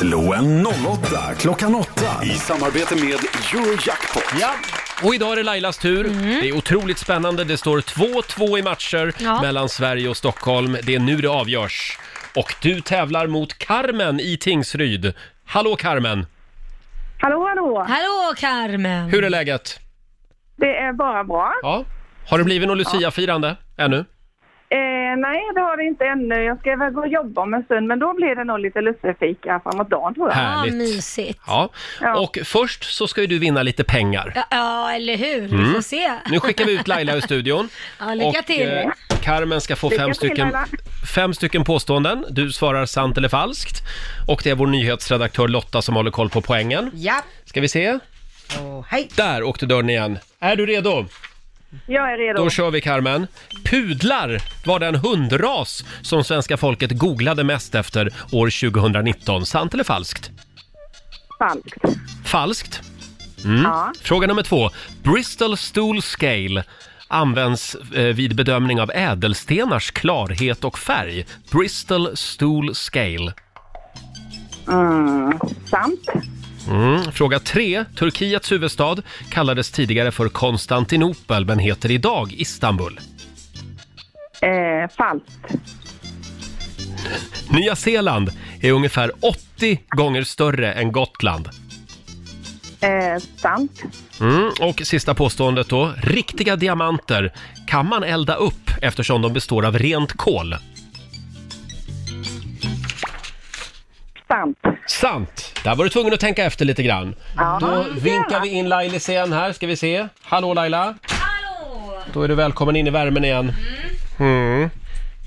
Slå en 08 klockan 8 i samarbete med Eurojackpot.
Ja, Och idag är det Lailas tur.
Mm.
Det är otroligt spännande. Det står 2-2 i matcher
Ja.
mellan Sverige och Stockholm. Det är nu det avgörs. Och du tävlar mot Carmen i Tingsryd. Hallå Carmen!
Hallå, hallå! Hallå Carmen!
Hur är läget?
Det är bara bra.
Ja. Har det blivit något Lucia-firande ännu?
Eh, nej, det har det inte ännu. Jag ska väl gå och jobba om en stund, men då blir det nog lite lussefika framåt dagen tror jag.
Härligt. Ah,
mysigt.
Ja.
Ja.
Och först så ska ju du vinna lite pengar.
Ja, ja eller hur? Vi
Mm.
får se.
Nu skickar vi ut Laila ur studion.
Ja, lycka
och,
till.
eh, Carmen ska få
Lycka
fem
till,
stycken,
Laila.
fem stycken påståenden. Du svarar sant eller falskt. Och det är vår nyhetsredaktör Lotta som håller koll på poängen.
Ja.
Ska vi se?
hej.
Där åkte dörren igen. Är du redo?
Jag är redo.
Då kör vi Carmen. Pudlar var den hundras som svenska folket googlade mest efter år 2019. Sant eller falskt?
Falskt.
Falskt. Mm.
Ja.
Fråga nummer två. Bristol Stool Scale används eh, vid bedömning av ädelstenars klarhet och färg. Bristol Stool Scale.
Mm. Sant.
Mm. Fråga tre. Turkiets huvudstad kallades tidigare för Konstantinopel men heter idag Istanbul.
Eh, falskt.
Nya Zeeland är ungefär 80 gånger större än Gotland.
Eh, sant.
Mm. Och sista påståendet då. Riktiga diamanter kan man elda upp eftersom de består av rent kol.
Sant.
Sant! Där var du tvungen att tänka efter lite grann. Då vinkar vi in Lailisén här, ska vi se. Hallå Laila! Hallå! Då är du välkommen in i värmen igen. Mm.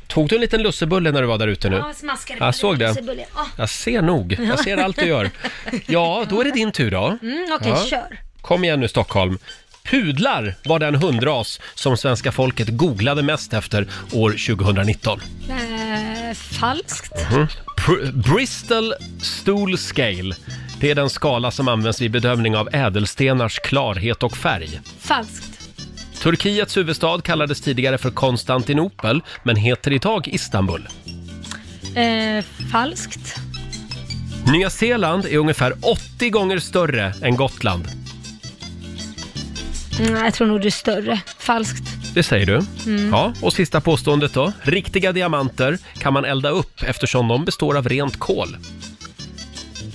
Tog du en liten lussebulle när du var där ute nu?
Ja, smaskade på
Jag såg
lite
det.
lussebullar. Ja.
Jag ser nog. Jag ser allt du gör. Ja, då är det din tur då.
Mm, Okej,
Ja.
kör.
Kom igen nu Stockholm. Pudlar var den hundras som svenska folket googlade mest efter år 2019.
Eh, falskt.
Mm. Pr- Bristol Stool Scale. Det är den skala som används vid bedömning av ädelstenars klarhet och färg.
Falskt.
Turkiets huvudstad kallades tidigare för Konstantinopel, men heter idag Istanbul.
Eh, falskt.
Nya Zeeland är ungefär 80 gånger större än Gotland.
Mm, jag tror nog det är större. Falskt.
Det säger du.
Mm.
Ja, och sista påståendet då. Riktiga diamanter kan man elda upp eftersom de består av rent kol.
Mm.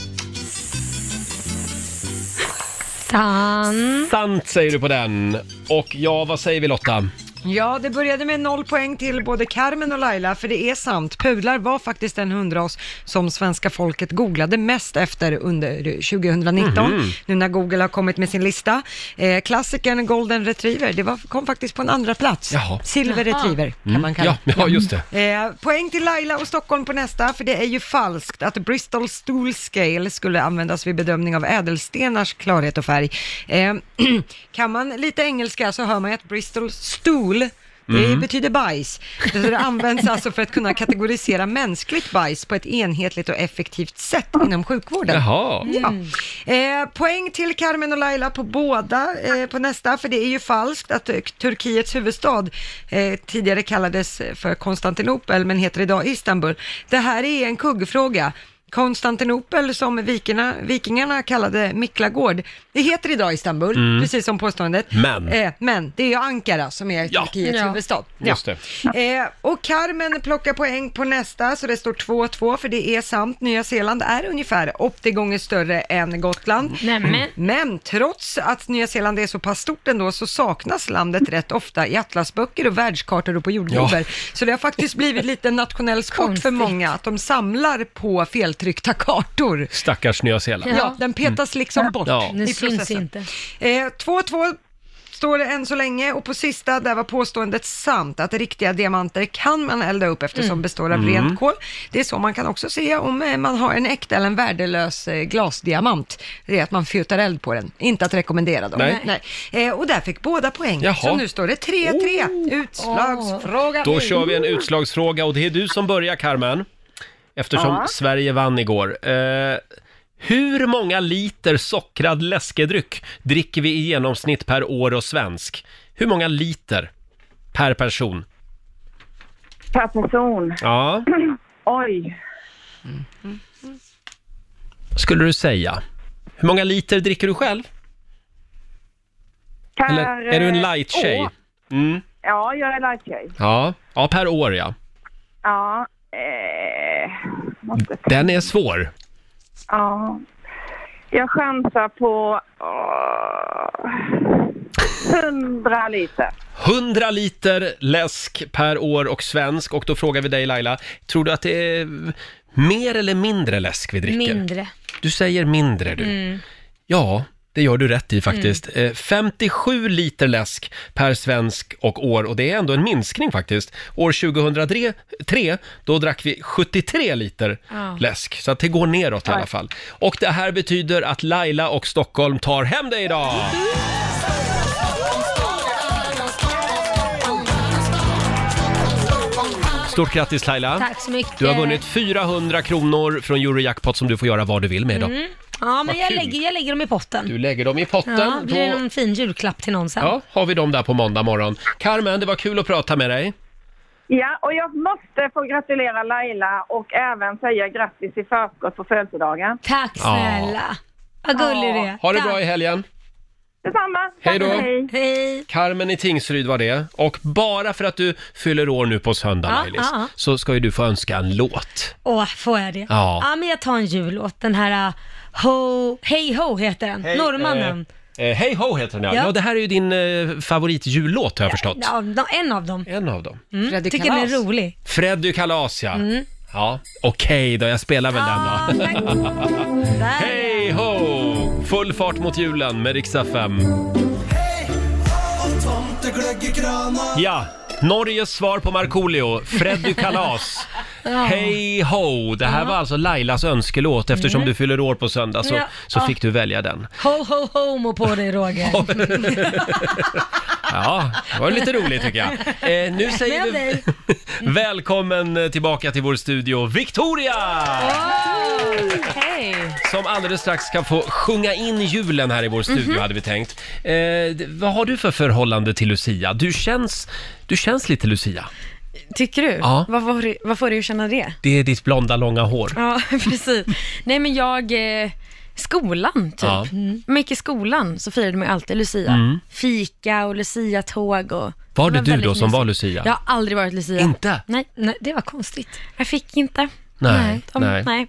Sant.
Sant säger du på den. Och ja, vad säger vi Lotta?
Ja, det började med noll poäng till både Carmen och Laila, för det är sant. Pudlar var faktiskt den hundras som svenska folket googlade mest efter under 2019,
Mhm.
nu när Google har kommit med sin lista. Eh, klassikern Golden Retriever, det var, kom faktiskt på en andra plats.
Jaha.
Silver
Jaha.
Retriever kan
Mm,
man kalla
ja, ja, just det.
Eh, poäng till Laila och Stockholm på nästa, för det är ju falskt att Bristol Stool Scale skulle användas vid bedömning av ädelstenars klarhet och färg. Eh, kan man lite engelska så hör man ju att Bristol Stool det
Mm.
betyder bajs. Så det används alltså för att kunna kategorisera mänskligt bajs på ett enhetligt och effektivt sätt inom sjukvården.
Jaha.
Ja. Eh, poäng till Carmen och Laila på båda eh, på nästa, för det är ju falskt att eh, Turkiets huvudstad eh, tidigare kallades för Konstantinopel, men heter idag Istanbul. Det här är en kuggfråga. Konstantinopel som vikingarna, vikingarna kallade Miklagård, det heter idag Istanbul,
Mm.
precis som påståendet.
Men.
Eh, men det är ju Ankara som är Turkiets
Ja.
huvudstad.
Just det.
Eh, och Carmen plockar poäng på nästa, så det står 2-2, för det är sant. Nya Zeeland är ungefär 80 gånger större än Gotland.
Mm.
Mm.
Nämen.
Men trots att Nya Zeeland är så pass stort ändå, så saknas landet rätt ofta i atlasböcker och världskartor och på jordglober.
Mm. Ja.
Så det har faktiskt blivit lite en nationell sport för många, att de samlar på feltryckta kartor.
Stackars Nya Zeeland.
Ja, den petas liksom bort
Ja.
i processen. Eh, 2-2 står det än så länge och på sista där var påståendet sant att riktiga diamanter kan man elda upp eftersom
Mm.
består av
Mm.
rent kol. Det är så man kan också se om eh, man har en äkta eller en värdelös eh, glasdiamant. Det är att man fjutar eld på den. Inte att rekommendera då.
Nej.
Eh, Och där fick båda poäng.
Jaha. Oh.
Så nu står det 3-3. Utslagsfråga.
Då kör vi en utslagsfråga och det är du som börjar Carmen. Eftersom
Ja.
Sverige vann igår. Eh, hur många liter sockrad läskedryck dricker vi i genomsnitt per år och svensk? Hur många liter per person?
Per person.
Ja,
Oj.
skulle du säga. Hur många liter dricker du själv? Eller är du
eh,
en light-tjej?
år.
Mm.
Ja, jag är light-tjej.
Ja. ja, per år ja.
Ja, eh,
Den är svår.
ja. Jag chansar på åh, 100 liter.
100 liter läsk per år och svensk. Och då frågar vi dig Laila, tror du att det är mer eller mindre läsk vi dricker?
Mindre.
Du säger mindre du.
Mm.
Ja, det gör du rätt i faktiskt. Eh, 57 liter läsk per svensk och år och det är ändå en minskning faktiskt. År 2003, tre, då drack vi 73 liter
Ja.
läsk, så att det går neråt i alla fall. Och det här betyder att Laila och Stockholm tar hem det idag! Stort grattis Laila!
Tack så mycket.
Du har vunnit 400 kronor från Eurojackpot som du får göra vad du vill med idag.
Mm. Ja,
Vad
men jag
kul.
lägger, jag lägger dem i potten.
Du lägger dem i potten.
Ja, blir det
Då-
någon fin julklapp till någon sen?
Ja, har vi dem där på måndag morgon. Carmen, det var kul att prata med dig.
Ja, och jag måste få gratulera Laila och även säga grattis i förskott på födelsedagen.
Tack
snälla.
Vad gullig du är.
Ha det
Tack.
bra i helgen.
Detsamma!
Hej då.
Hej. Hej.
Carmen i Tingsryd var det. Och bara för att du fyller år nu på söndag,
Ja,
Maj-Lis,
ja, ja.
så ska ju du få önska en låt.
Åh, får jag det?
Ja.
men jag tar en jullåt. Den här uh, Ho... Hey Ho heter den. Norrmannen.
Eh, eh, Hey Ho heter den ja.
Ja.
ja. det här är ju din eh, favoritjullåt har jag förstått.
Ja, de- en av dem.
En av dem.
Mm.
Freddy
Tycker den är
Kalas.
rolig.
Freddy Kalas ja.
Mm.
Ja, okej då, jag spelar väl den då. Hej ho! Full fart mot julen med Riksa 5. Ja, Norges svar på Markoolio, Freddy Kalas.
Ja.
Hej ho! Det här var alltså Lailas önskelåt eftersom du fyller år på söndag så,
Mm. Ja.
så
Ja.
fick du välja den.
Ho, ho, homo på dig Roger.
Ja, det var lite roligt tycker jag. Eh, nu säger
Med
vi
dig. Mm.
välkommen eh, tillbaka till vår studio, Victoria!
Hej!
Som alldeles strax ska få sjunga in julen här i vår studio
Mhm.
hade vi tänkt. Eh, d- vad har du för förhållande till Lucia? Du känns, du känns lite Lucia.
Tycker du?
Ja.
Vad får du- Vad får du känna det?
Det är ditt blonda långa hår.
Ja, precis. Nej, men jag... Eh, skolan, typ.
Ja.
Mm. Mycket skolan så firade man ju alltid Lucia.
Mm.
Fika och Lucia-tåg och...
Var det
var
du
väldigt
då som
mysigt.
var Lucia?
Jag har aldrig varit Lucia.
Inte?
Nej, nej det var konstigt. Jag fick inte.
Nej,
de,
nej.
nej.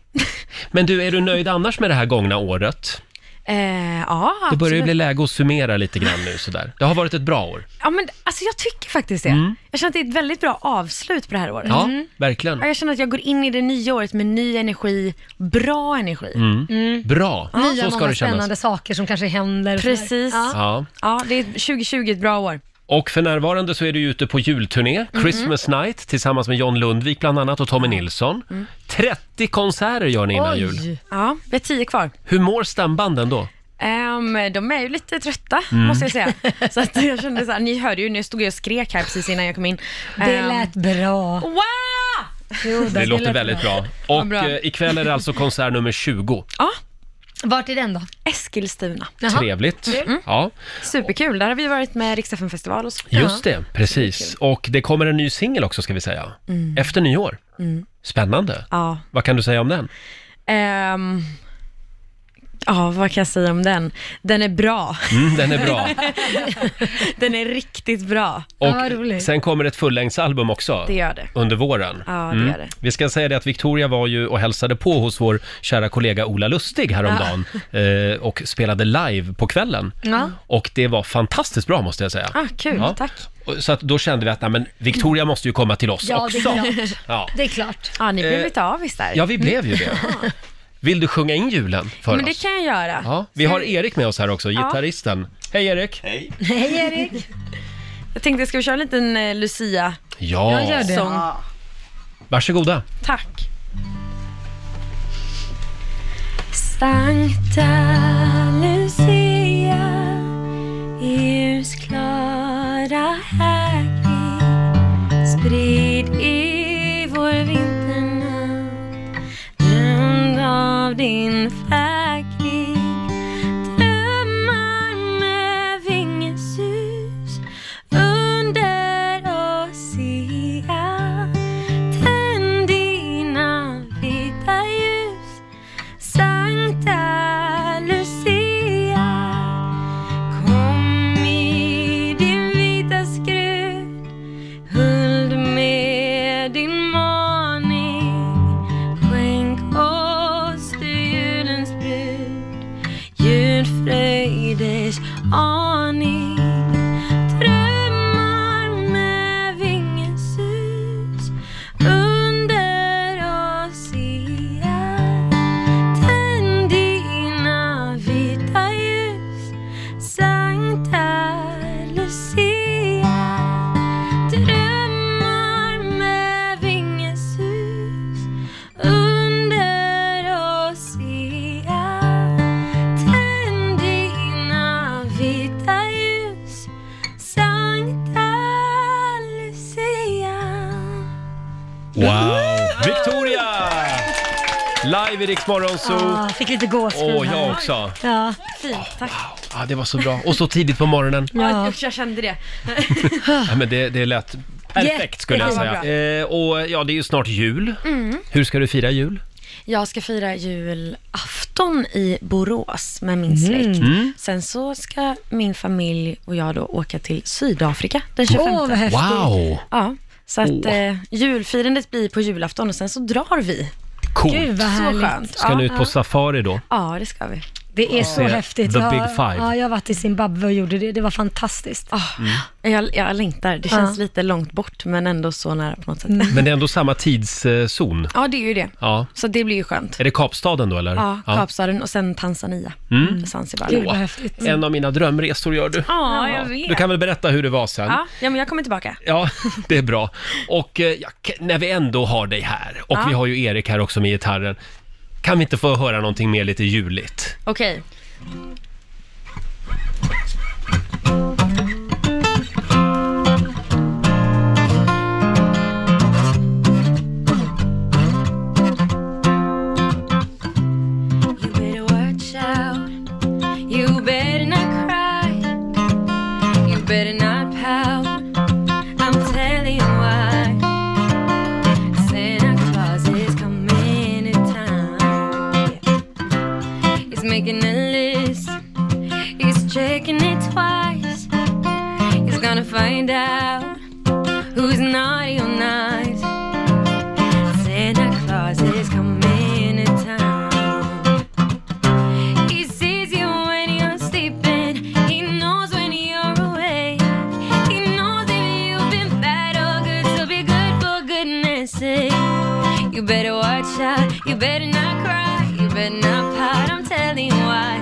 Men du, är du nöjd annars med det här gångna året?
Eh, ja,
Det börjar ju
absolut.
bli läge att summera lite grann nu sådär. Det har varit ett bra år.
Ja, men alltså jag tycker faktiskt det. Jag känner att det är ett väldigt bra avslut på det här året.
Mm. Ja,
Mm.
verkligen.
Ja, Jag känner att jag går in i det nya året med ny energi, bra energi.
Mm.
Mm.
Bra,
Nya
så ska det kännas.
spännande saker som kanske händer. och sådär.
Precis.
Ja.
Ja.
Ja, det är 2020 ett bra år.
Och för närvarande så är du ju ute på julturné,
Mhm.
Christmas Night, tillsammans med John Lundvik bland annat och Tommy Nilsson.
Mm.
30 konserter gör ni innan jul.
Ja, vi har tio kvar.
Hur mår stambanden då?
Ehm, de är ju lite trötta,
Mm.
måste jag säga. Så att jag kände så här, ni hörde ju, nu stod jag och skrek här precis innan jag kom in.
Det
Ehm,
lät bra.
Wow!
Det låter väldigt bra. Och
bra.
eh, ikväll är det alltså konsert nummer 20.
Ja.
Vart är den då?
Eskilstuna.
Trevligt.
Mm.
Ja,
Superkul, där har vi varit med Riksdagsfestival och så.
just det. Precis. Och det kommer en ny singel också ska vi säga.
Mm.
Efter nyår.
Mm.
Spännande.
Ja.
Vad kan du säga om den?
Ehm, Ja, vad kan jag säga om den? Den är bra.
Mm, den är bra.
den är riktigt bra.
Och sen kommer ett fullängdsalbum också.
Det gör det.
Under våren. Mm.
Ja, det gör det.
Vi ska säga det att Victoria var ju och hälsade på hos vår kära kollega Ola Lustig häromdagen eh, och spelade live på kvällen.
Ja.
Och det var fantastiskt bra måste jag säga.
Mm. Ah, kul,
Ja.
tack.
Och- Så att då kände vi att nej, men Victoria måste ju komma till oss
Ja, det är
också.
klart.
Ja.
Det är klart.
Ja, ni blev
Eh,
lite avis där. Mm.
ja, vi blev ju det. Vill du sjunga in julen för
Men det
oss?
kan jag göra.
Ja. Vi har Erik med oss här också,
Ja.
gitarristen. Hej Erik! Hej!
Hej Erik! Jag tänkte, ska vi köra en liten eh, Lucia?
Ja. Jag gör det.
Sång.
Varsågoda!
Tack.
Sankta Lucia i ljusklara härkring sprid i vår vinternatt drömd av din fägring drömmar med vingesus under ocean tänd dina vita ljus Sankta Lucia, kom i
live i Rix Morgon Zoo.
Ah, fick lite gåshud.
Åh, jag
här.
också.
Ja.
Fint, tack.
Ja, Ah, det var så bra. Och så tidigt på morgonen.
Ja. Jag, jag kände det.
Ja, men det, det lät perfekt skulle jag
Jättebra.
säga. Eh, och ja, det är ju snart jul.
Mm.
Hur ska du fira jul?
Jag ska fira julafton i Borås med min släkt.
Mm.
Sen så ska min familj och jag då åka till Sydafrika den 25.
Åh, vad häftigt. Wow.
Ja, så att
Åh.
eh, julfirandet blir på julafton och sen så drar vi.
Coolt.
Gud, vad
härligt.
Så skönt.
Ska
ja,
ni ut på
ja.
safari då?
Ja, det ska vi.
Det är
Och
så
se
häftigt.
the
Jag-
big five.
Ja, jag har varit i Zimbabwe och gjorde det. Det var fantastiskt.
Ah,
Mm.
Jag, jag längtar. Det
Ja. Mm.
känns lite långt bort, men ändå så nära på något sätt.
Men det är ändå samma tidszon.
Ja, det är ju det.
Ja.
Så det blir ju skönt.
Är det Kapstaden då eller?
Ja, Kapstaden och sen Tanzania.
Mm.
Zanzibar.
Gud, vad
häftigt.
En av mina drömresor gör du.
Ja, jag vet.
Du kan väl berätta hur det var sen?
Mm. Ja, ja, men jag kommer tillbaka.
Ja, det är bra. Och eh, ja, k- när vi ändå har dig här, och
Ja.
vi har ju Erik här också med gitarren, kan vi inte få höra någonting mer lite juligt?
Okej.
better watch out. You better not cry. You better not pout. I'm telling you why. Santa Claus is coming to town. He's making a list. He's checking it twice. He's gonna find out who's naughty or nice. Santa Claus is coming to town. He sees you when you're sleeping. He knows when you're awake. He knows if you've been bad or good, so be good for goodness sake. You better watch out. You better not cry. You better not pout. I'm telling you why.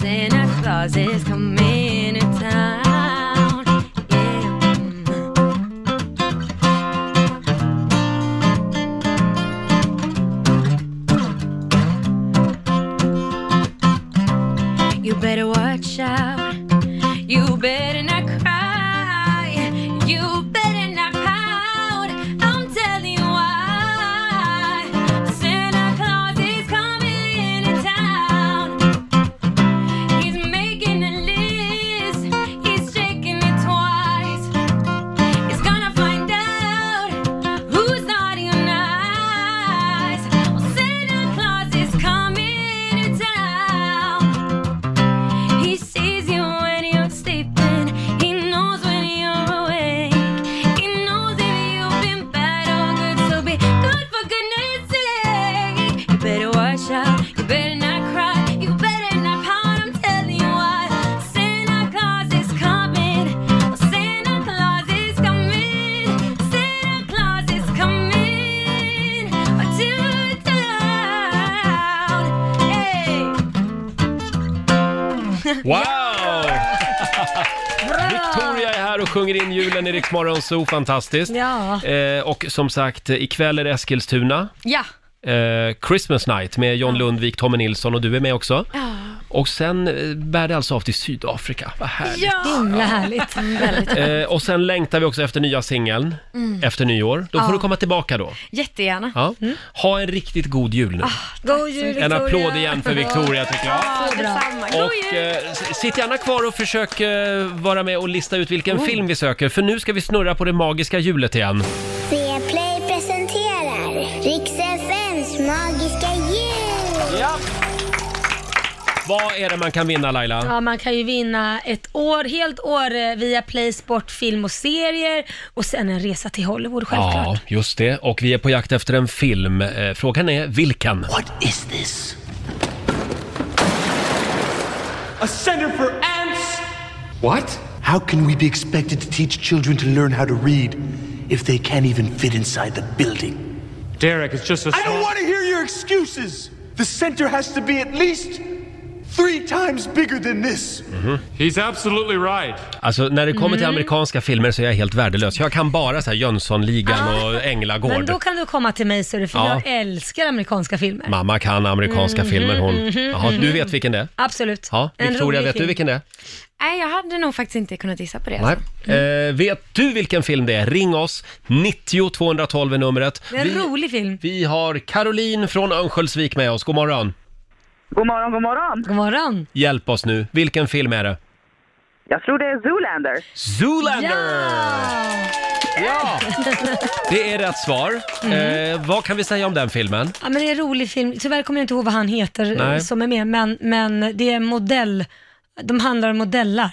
Santa Claus is coming to town. You better watch out. You better not cry. You better not pout. I'm telling you why. Santa Claus is coming to town. He's making a list. He's checking it twice. He's gonna find out who's naughty or nice. Santa Claus is coming to town. He sees you when you're sleeping. He knows when you're awake. He knows if you've been bad or good. So be good for goodness sake. You better watch out. You better not cry. You better not pout. I'm telling you why. Santa Claus is coming. Santa Claus is coming. Santa Claus is coming to town. Hey.
Wow! Victoria är här och sjunger in julen i Rix Morgon Zoo, fantastiskt.
Ja.
Eh, och som sagt, ikväll är det Eskilstuna.
Ja.
Eh, Christmas night med John Lundvik, Tommy Nilsson och du är med också.
Ja.
Och sen eh, bär det alltså av till Sydafrika. Vad härligt.
Himla härligt.
Eh, och sen längtar vi också efter nya singeln
Mm.
efter nyår. Då får
Ja. Mm.
du komma tillbaka då.
Jättegärna.
Ja. Ha en riktigt god jul nu.
God jul
en applåd igen för Victoria tycker jag.
Ah, Ja, detsamma. God jul.
Och eh, s- sitt gärna kvar och försök eh, vara med och lista ut vilken
Oj.
film vi söker, för nu ska vi snurra på det magiska hjulet igen.
C-play presenterar Rix FMs magiska jul!
Ja. Vad är det man kan vinna Laila?
Ja, man kan ju vinna ett år, helt år eh, via Play Sport, film och serier och sen en resa till Hollywood självklart.
Ja, just det. Och vi är på jakt efter en film. Eh, Frågan är vilken?
is this? A center for ants?
What? How can we be expected to teach children to learn how to read if they can't even fit inside the building? Derek, it's just a.
I don't want to hear your excuses. The center has to be at least
three times bigger than this.
He's absolutely right.
Alltså när det kommer till
Mm.
amerikanska filmer så är jag helt värdelös. Jag kan bara så här Jönssonligan
Ah.
och
Men
Änglagård.
då kan du komma till mig ser du, för
Ja.
jag älskar amerikanska filmer.
Mamma kan amerikanska
Mhm,
filmer hon.
mhm,
Jaha, du
mhm.
vet vilken det är?
Absolut.
Ja,
En
Victoria,
rolig
vet du
film.
vilken det är?
Nej, jag hade nog faktiskt inte kunnat gissa på det.
Nej.
Alltså.
Mm.
Eh, vet du vilken film det är? Ring oss, 90 212 är numret.
Det är en rolig film.
Vi har Caroline från Örnsköldsvik med oss, god morgon.
God morgon, god morgon.
God morgon.
Hjälp oss nu, vilken film är det?
Jag tror det är Zoolander.
Zoolander! Ja! Det är rätt svar.
Mm.
Eh, vad kan vi säga om den filmen?
Ja, men det är en rolig film. Tyvärr kommer jag inte ihåg vad han heter
Nej.
eh, som är med, men, men det är en modell. De handlar om modeller.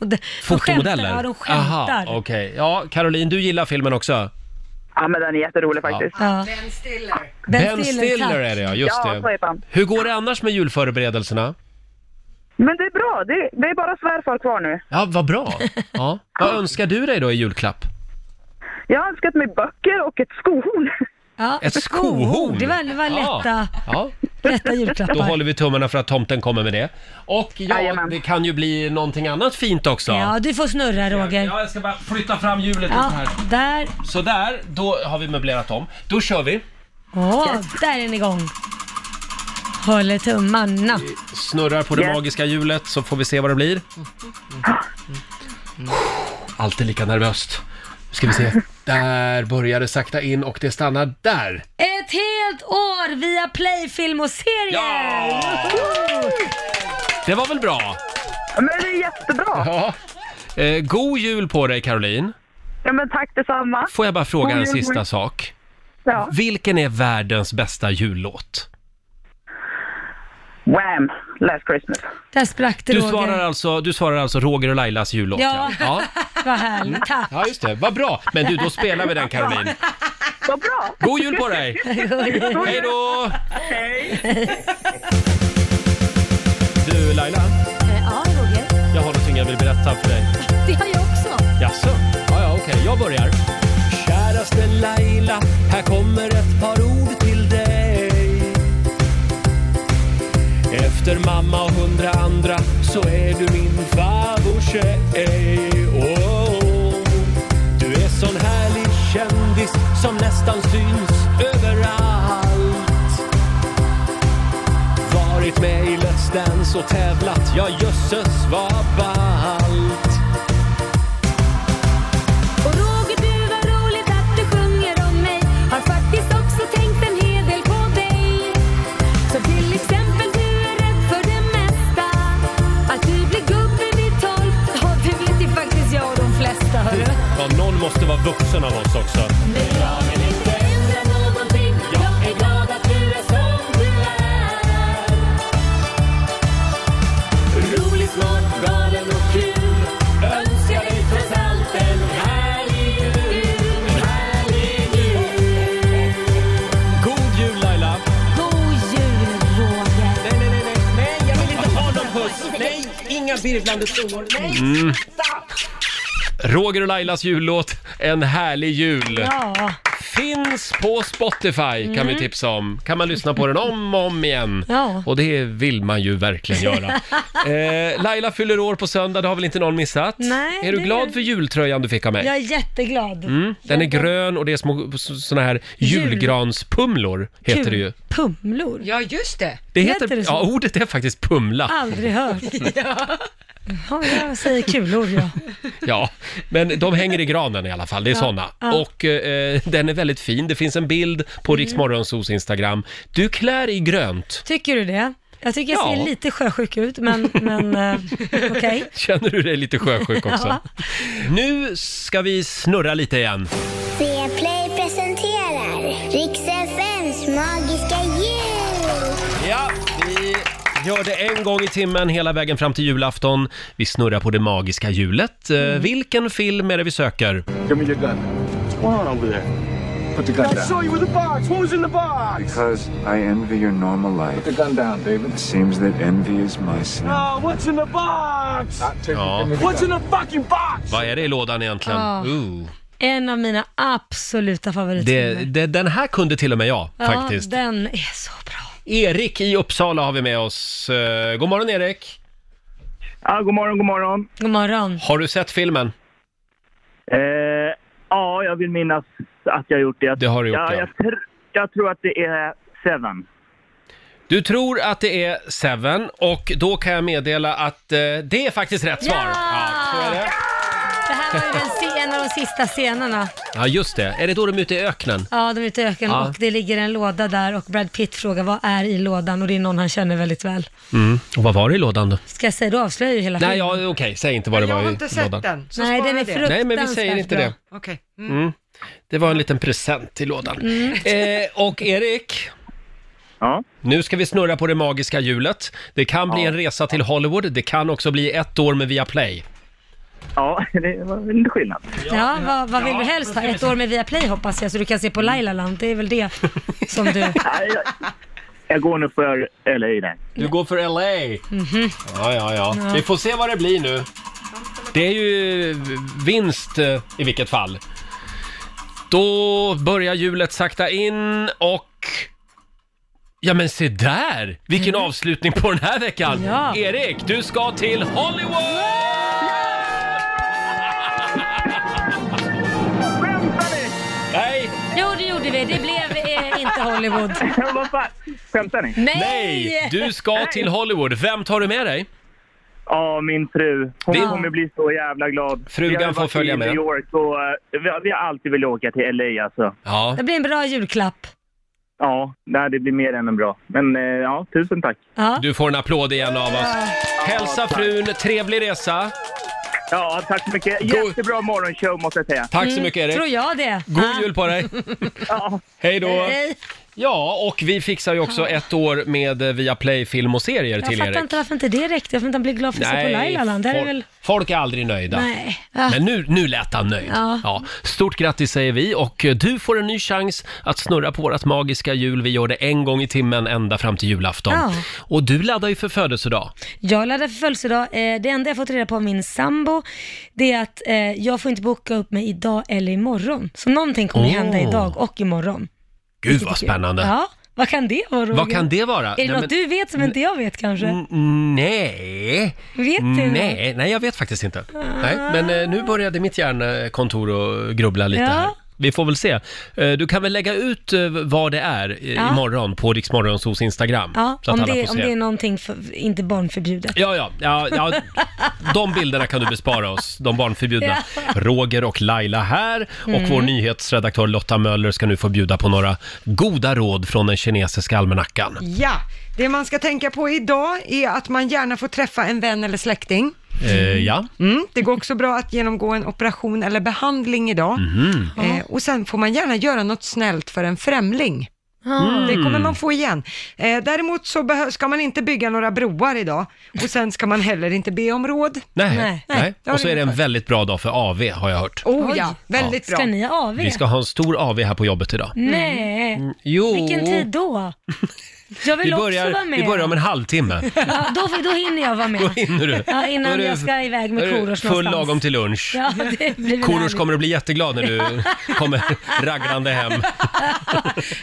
Mode- de
Fotomodeller?
skämtar, Ja, de skämtar.
Aha, okej. Ja, Caroline, du gillar filmen också?
Ja, men den är jätterolig
faktiskt.
Ben Stiller.
Ben, Stiller, är det ja, just
ja, så
det.
heter han.
Hur går det annars med julförberedelserna?
Men det är bra. Det, det är bara svärfar kvar nu.
Ja, vad bra. Ja. Vad önskar du dig då i julklapp?
Jag har önskat mig böcker och ett skohorn.
Ja,
Ett skohorn?
Det var, det var
Ja.
lätta,
Ja.
lätta julklappar.
Då håller vi tummarna för att tomten kommer med det. Och ja, det kan ju bli någonting annat fint också.
Ja, du får snurra Roger.
Ja, jag ska bara flytta fram hjulet
Ja, där.
Sådär, då har vi möblerat om. Då kör vi.
Åh, där är den igång. Håller tummarna.
Snurrar på det
Yes.
magiska hjulet så får vi se vad det blir. Ah. Alltid lika nervöst. Nu ska vi se. Där börjar det sakta in och det stannar där.
Ett helt år via Play, film och serier! Woho!
Det var väl bra?
Men det är jättebra.
Ja. Eh, god jul på dig Caroline.
Ja, men tack detsamma.
Får jag bara fråga
God
en
jul, god
sista
jul.
sak?
Ja.
Vilken är världens bästa jullåt?
Wham! Last Christmas.
Där sprack det
Du
Roger.
svarar, alltså, du svarar alltså Roger och Lailas jullåt?
Ja,
ja. Mm.
vad härligt. Tack.
Ja, just det. Vad bra. Men du, då spelar vi den Caroline.
Vad bra!
God jul på dig! Hej då! Du Laila,
Ja, Roger.
jag har någonting jag vill berätta för dig.
Det har jag också.
Jaså? Ja, ja, okej. Jag börjar. Käraste Laila, här kommer ett par ord till dig. Efter mamma och hundra andra så är du min favorittjej. Oh, du är sån härlig kändis som nästan syns överallt. Varit med i Let's Dance och tävlat, ja jösses vad ballt.
Och Roger, du var roligt att du sjunger om mig. Har faktiskt också tänkt en hel del på dig. Så till exempel, du är rädd för det mesta. Att du blir gubbe vid tolv. Ja, det vet ju faktiskt jag och de flesta, hörru.
Ja, någon måste vara vuxen av oss också.
Men jag vill inte ändra någonting. Jag är glad att du är som du är. Rolig, smart, galen och kul. Önskar dig trots allt en härlig jul. En härlig jul.
God jul Laila!
God jul, Roger.
Nej, nej, nej, nej, nej, jag vill inte ha någon puss.
Nej, inga virvlande stolar. Nej.
Mm. Roger och Lailas jullåt En härlig jul.
Ja.
Finns på Spotify kan vi
Mm.
tipsa om. Kan man lyssna på den om och om igen.
Ja.
Och det vill man ju verkligen göra. Eh, Laila fyller år på söndag, det har väl inte någon missat?
Nej,
är du
det-
glad för jultröjan du fick av mig?
Jag är jätteglad.
Mm, den är grön och det är små sådana här julgranspumlor, heter det ju.
Pumlor. Ja, just det.
Det heter,
det så?
ja, oh, ordet är faktiskt pumla.
Aldrig hört. ja. jag säger kulor, ja.
Ja, men de hänger i granen i alla fall, det är
Ja,
såna.
ja.
Och eh, den är väldigt fin, det finns en bild på mm. Riksmorgonsos Instagram. Du klär i grönt.
Tycker du det? Jag tycker jag
Ja.
ser lite sjösjuk ut, men, men eh, okej.
Känner du dig lite sjösjuk också?
Ja.
Nu ska vi snurra lite igen.
C-play presenterar Rix FMs magiska jul.
Ja, vi gör det en gång i timmen hela vägen fram till julafton. Vi snurrar på det magiska hjulet. Eh,
Mm.
Vilken film är det vi söker? Give me your gun. What's going on over there? Put the
I saw you with a box. What was in the box?
Because I envy your normal life. Put the gun down, David. It seems that envy is my sin.
No, what's in the box?
Ja.
What's in the fucking box?
Vad är det i lådan egentligen?
Ja.
Ooh.
En av mina absoluta favoritfilmer.
Det, det, den här kunde till och med jag
ja,
faktiskt.
den är så bra.
Erik i Uppsala har vi med oss. Eh, God morgon Erik!
Ja, god morgon, god morgon.
God morgon.
Har du sett filmen?
Eh, ja, jag vill minnas att jag gjort det.
Det har du gjort, ja.
Jag, tr- jag tror att det är Seven.
Du tror att det är Seven och då kan jag meddela att eh, det är faktiskt rätt svar.
Det här var ju den, se- en av de sista scenerna.
Ja, just det. Är det då de är ute i öknen?
Ja, de är ute i öken
Ja.
och det ligger en låda där och Brad Pitt frågar vad är i lådan och det är någon han känner väldigt väl.
Mm. Och vad var det i lådan då?
Ska jag säga, då avslöjar jag ju hela
Nej,
filmen.
ja, okej, säg inte vad det var i lådan.
så
Nej,
spara
den
det.
är fruktansvärt
Nej, men vi säger inte
bra.
det.
Okej.
Mm. Det var en liten present i lådan.
Mm.
Eh, och Erik?
Ja?
Nu ska vi snurra på det magiska hjulet. Det kan bli en resa till Hollywood, det kan också bli ett år med Viaplay.
Ja, det var en skillnad.
Ja, vad, vad vill du helst ha? Ett år med Viaplay hoppas jag, så du kan se på Laila Land. Det är väl det som du...
Jag går nu för LA där.
Du går för LA! Ja, ja, ja.
Ja.
Vi får se vad det blir nu. Det är ju vinst eh, i vilket fall. Då börjar hjulet sakta in och... Ja men se där! Vilken avslutning på den här veckan!
Ja.
Erik, du ska till Hollywood! Nej!
Jo, det gjorde vi. Det blev eh, inte Hollywood.
Skämtar ni?
Nej!
Nej! Du ska till Hollywood. Vem tar du med dig?
Ja, min fru. Hon
Vi-
kommer bli så jävla glad.
Frugan
Vi har ju
får
varit
följa
i
med.
New York och, eh, vi, har, vi har alltid velat åka till LA alltså.
Ja.
Det blir en bra julklapp.
Ja, nej, det blir mer än en bra. Men eh, ja, tusen tack.
Du får en applåd igen av oss. Hälsa frun, trevlig resa.
Ja, tack så mycket. Jättebra morgonshow måste jag säga.
Tack så mycket Erik.
Mm. Tror jag det.
God jul på dig! Hej då!
Hej.
Ja, och vi fixar ju också ett år med eh, Viaplay film och serier
Jag
till
fattar
Erik.
inte varför inte det räckte. Varför inte han blev glad för att se på Laila Land. Det här är
folk,
väl...
folk är aldrig nöjda.
Nej. Ah.
Men nu, nu lät han nöjd. Ja.
Ja.
Stort grattis säger vi och eh, du får en ny chans att snurra på vårt magiska hjul. Vi gör det en gång i timmen ända fram till julafton.
Ja.
Och du laddar ju för födelsedag.
Jag laddar för födelsedag. Eh, Det enda jag fått reda på av min sambo, det är att eh, jag får inte boka upp mig idag eller imorgon. Så någonting kommer
Åh.
hända idag och imorgon.
Gud vad spännande!
Ja, vad kan det vara Roger?
Vad kan det vara?
Är det
Nej,
något
men- Mm.
du vet som inte jag vet kanske?
N- Nej.
Vet du
nej, nej, jag vet faktiskt inte. Nej, men eh, nu började mitt hjärnkontor att grubbla lite
Ja.
här. Vi får väl se. Eh, Du kan väl lägga ut eh, vad det är eh,
Ja.
imorgon på Rix Morgonzos Instagram.
Ja,
så att
om
alla
det,
får
om
se.
det är någonting för, inte barnförbjudet.
Ja, ja, ja, ja, de bilderna kan du bespara oss, de barnförbjudna.
Ja.
Roger och Laila här och
Mm.
vår nyhetsredaktör Lotta Möller ska nu få bjuda på några goda råd från den kinesiska almanackan.
Mm.
Ja, det man ska tänka på idag är att man gärna får träffa en vän eller släkting.
Eh, ja.
Mm, det går också bra att genomgå en operation eller behandling idag.
Mhm.
Eh, och sen får man gärna göra något snällt för en främling.
Mm.
Det kommer man få igen. Eh, däremot så behö- ska man inte bygga några broar idag. Och sen ska man heller inte be om råd.
Nej, nej.
har
Och så
du
är det en
infört.
väldigt bra dag för AV har jag hört.
Oh ja, väldigt bra.
Ska ni ha AV?
Vi ska ha en stor AV här på jobbet idag.
Nej.
Jo.
Mm. Vilken tid då? Jag vill
Vi börjar,
också vara med.
vi börjar om en halvtimme.
Ja, då, då hinner jag vara med.
Då hinner du.
Ja,
Då är
innan
du-
jag ska iväg med
då är du
Korosh
Full
någonstans.
lagom till lunch.
Ja, det blir väl
Korosh
härligt.
kommer att bli jätteglad när du kommer raglande hem.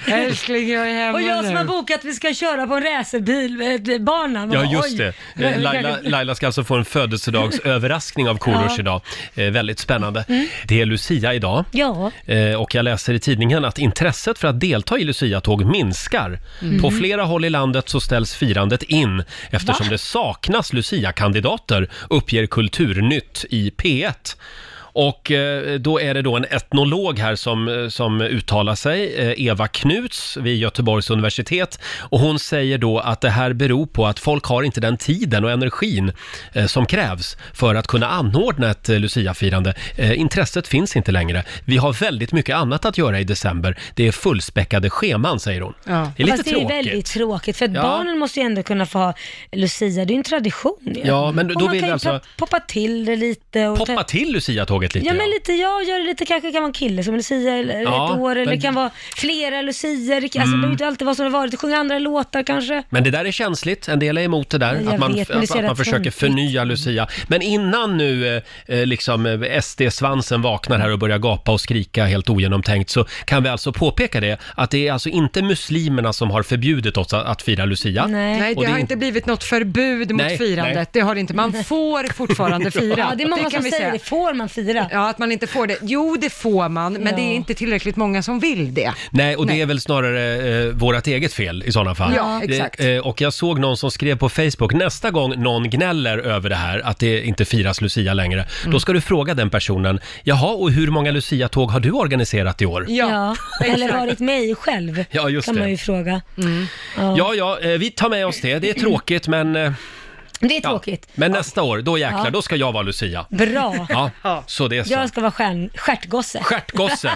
Älskling, jag är hemma
Och jag som
nu.
har bokat att vi ska köra på en racerbilbana.
Ja, just det. Eh, Laila, Laila ska alltså få en födelsedagsöverraskning av Korosh
Ja.
idag. Eh, väldigt spännande.
Mm.
Det är Lucia idag.
Ja.
Eh, Och jag läser i tidningen att intresset för att delta i Lucia-tåg minskar.
Mm.
På flera håll i landet så ställs firandet in eftersom
Va?
det saknas Lucia-kandidater, uppger Kulturnytt i P1. Och eh, då är det då en etnolog här som, eh, som uttalar sig, eh, Eva Knuts vid Göteborgs universitet. Och hon säger då att det här beror på att folk har inte den tiden och energin eh, som krävs för att kunna anordna ett eh, Lucia-firande. Eh, Intresset finns inte längre. Vi har väldigt mycket annat att göra i december. Det är fullspäckade scheman, säger hon. Det är lite
Fast
tråkigt.
det är väldigt tråkigt för att
Ja.
barnen måste ju ändå kunna få ha Lucia, det är ju en tradition ju.
Ja, men då
och man
vill
kan ju
alltså-
pop- poppa till det lite. Och
Poppa till lucia sammandraget lite.
Ja, men lite jag gör det lite, kanske kan vara en kille som är lucia eller
Ja,
ett år, eller
men-
det kan vara flera lucier, alltså det
Mm.
behöver inte alltid vara som det varit, sjunga andra låtar kanske.
Men det där är känsligt, en del är emot det där,
Ja, jag
att man,
vet, men det
att,
ser
att man
rätt
försöker
tråkigt.
förnya Lucia. Men innan nu eh, eh, liksom eh, SD-svansen vaknar här och börjar gapa och skrika helt ogenomtänkt så kan vi alltså påpeka det, att det är alltså inte muslimerna som har förbjudit oss att, att fira Lucia.
Nej,
Och
det har
är
inte blivit något förbud mot
Nej,
firandet.
nej.
Det har det inte. Man får fortfarande fira.
Ja, det är många som säger det. Får man fira?
Ja, att man inte får det. Jo, det får man, men
Ja.
det är inte tillräckligt många som vill det.
Nej, och det är väl snarare eh, vårt eget fel i sådana fall.
Ja,
det,
exakt.
Eh, och jag såg någon som skrev på Facebook, nästa gång någon gnäller över det här, att det inte firas Lucia längre, då ska du fråga den personen, jaha, och hur många Lucia-tåg har du organiserat i år?
Ja, eller
exakt.
varit mig själv,
Ja, just
kan
det.
man ju fråga.
Mm.
Ja.
Ja, ja, eh, vi tar med oss det. Det är tråkigt, men... eh,
Det är tråkigt.
Ja. Men nästa år, då jäklar,
Ja.
då ska jag vara Lucia.
Bra.
Ja, så det är så.
Jag ska vara stjärn, stjärtgosse.
Stjärtgosse.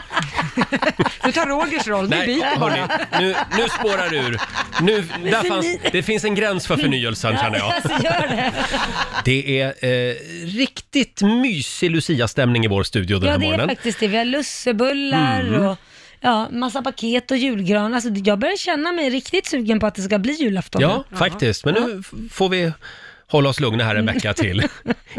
Du tar Rogers roll,
Nej,
du biter
hörni,
bara.
nu, nu spårar det ur. Nu, där
Förny-
fanns, det finns en gräns för förnyelsen, känner jag.
Alltså, gör det.
Hmm.
Det är eh, riktigt mysig Lucia-stämning i vår studio den
Ja,
här
det är
morgonen.
faktiskt det. Vi har lussebullar
Mm.
och ja, massa paket och julgran. Alltså, jag börjar känna mig riktigt sugen på att det ska bli julafton.
Ja,
nu.
faktiskt. Men nu f- får vi hålla oss lugna här
Mm.
en vecka till.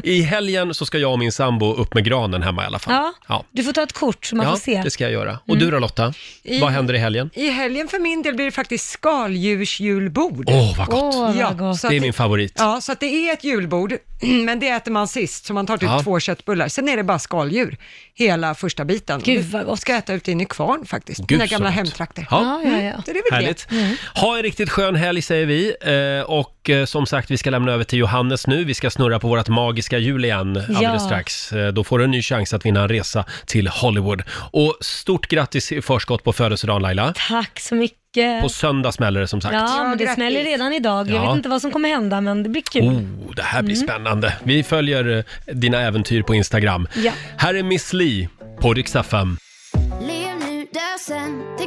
I helgen så ska jag och min sambo upp med granen hemma i alla fall.
Ja. Du får ta ett kort så man
ja,
får se. Mm.
det ska jag göra. Och du då Lotta?
I-
Vad händer i helgen?
I helgen för min del blir det faktiskt skaldjursjulbord.
Åh, vad gott.
Åh, vad
ja,
gott.
så
Det är
att-
min favorit.
Ja, så att det är ett julbord, men det äter man sist, så man tar typ
Ja.
två köttbullar. Sen är det bara skaldjur, hela första biten. Gud vad gott. ska jag äta ute i Nykvarn faktiskt,
Gud,
mina
så
gamla
gott.
hemtrakter.
Ja. Ja, ja, ja.
Mm, så det är väl
Härligt.
det. Mm.
Ha en riktigt skön helg säger vi. Eh, Och eh, som sagt, vi ska lämna över till Johannes nu. Vi ska snurra på vårt magiska hjul igen alldeles
Ja.
strax. Eh, Då får du en ny chans att vinna en resa till Hollywood. Och stort grattis i förskott på födelsedagen Laila.
Tack så mycket.
På söndag smäller det som sagt.
eh, Ja, men det smäller redan idag. Jag
Ja.
vet inte vad som kommer hända, men det blir kul.
Oh, det här blir
Mm.
spännande. Vi följer eh, dina äventyr på Instagram.
Ja.
Här är Miss Li på Rix FM.
Lev nu, dö sen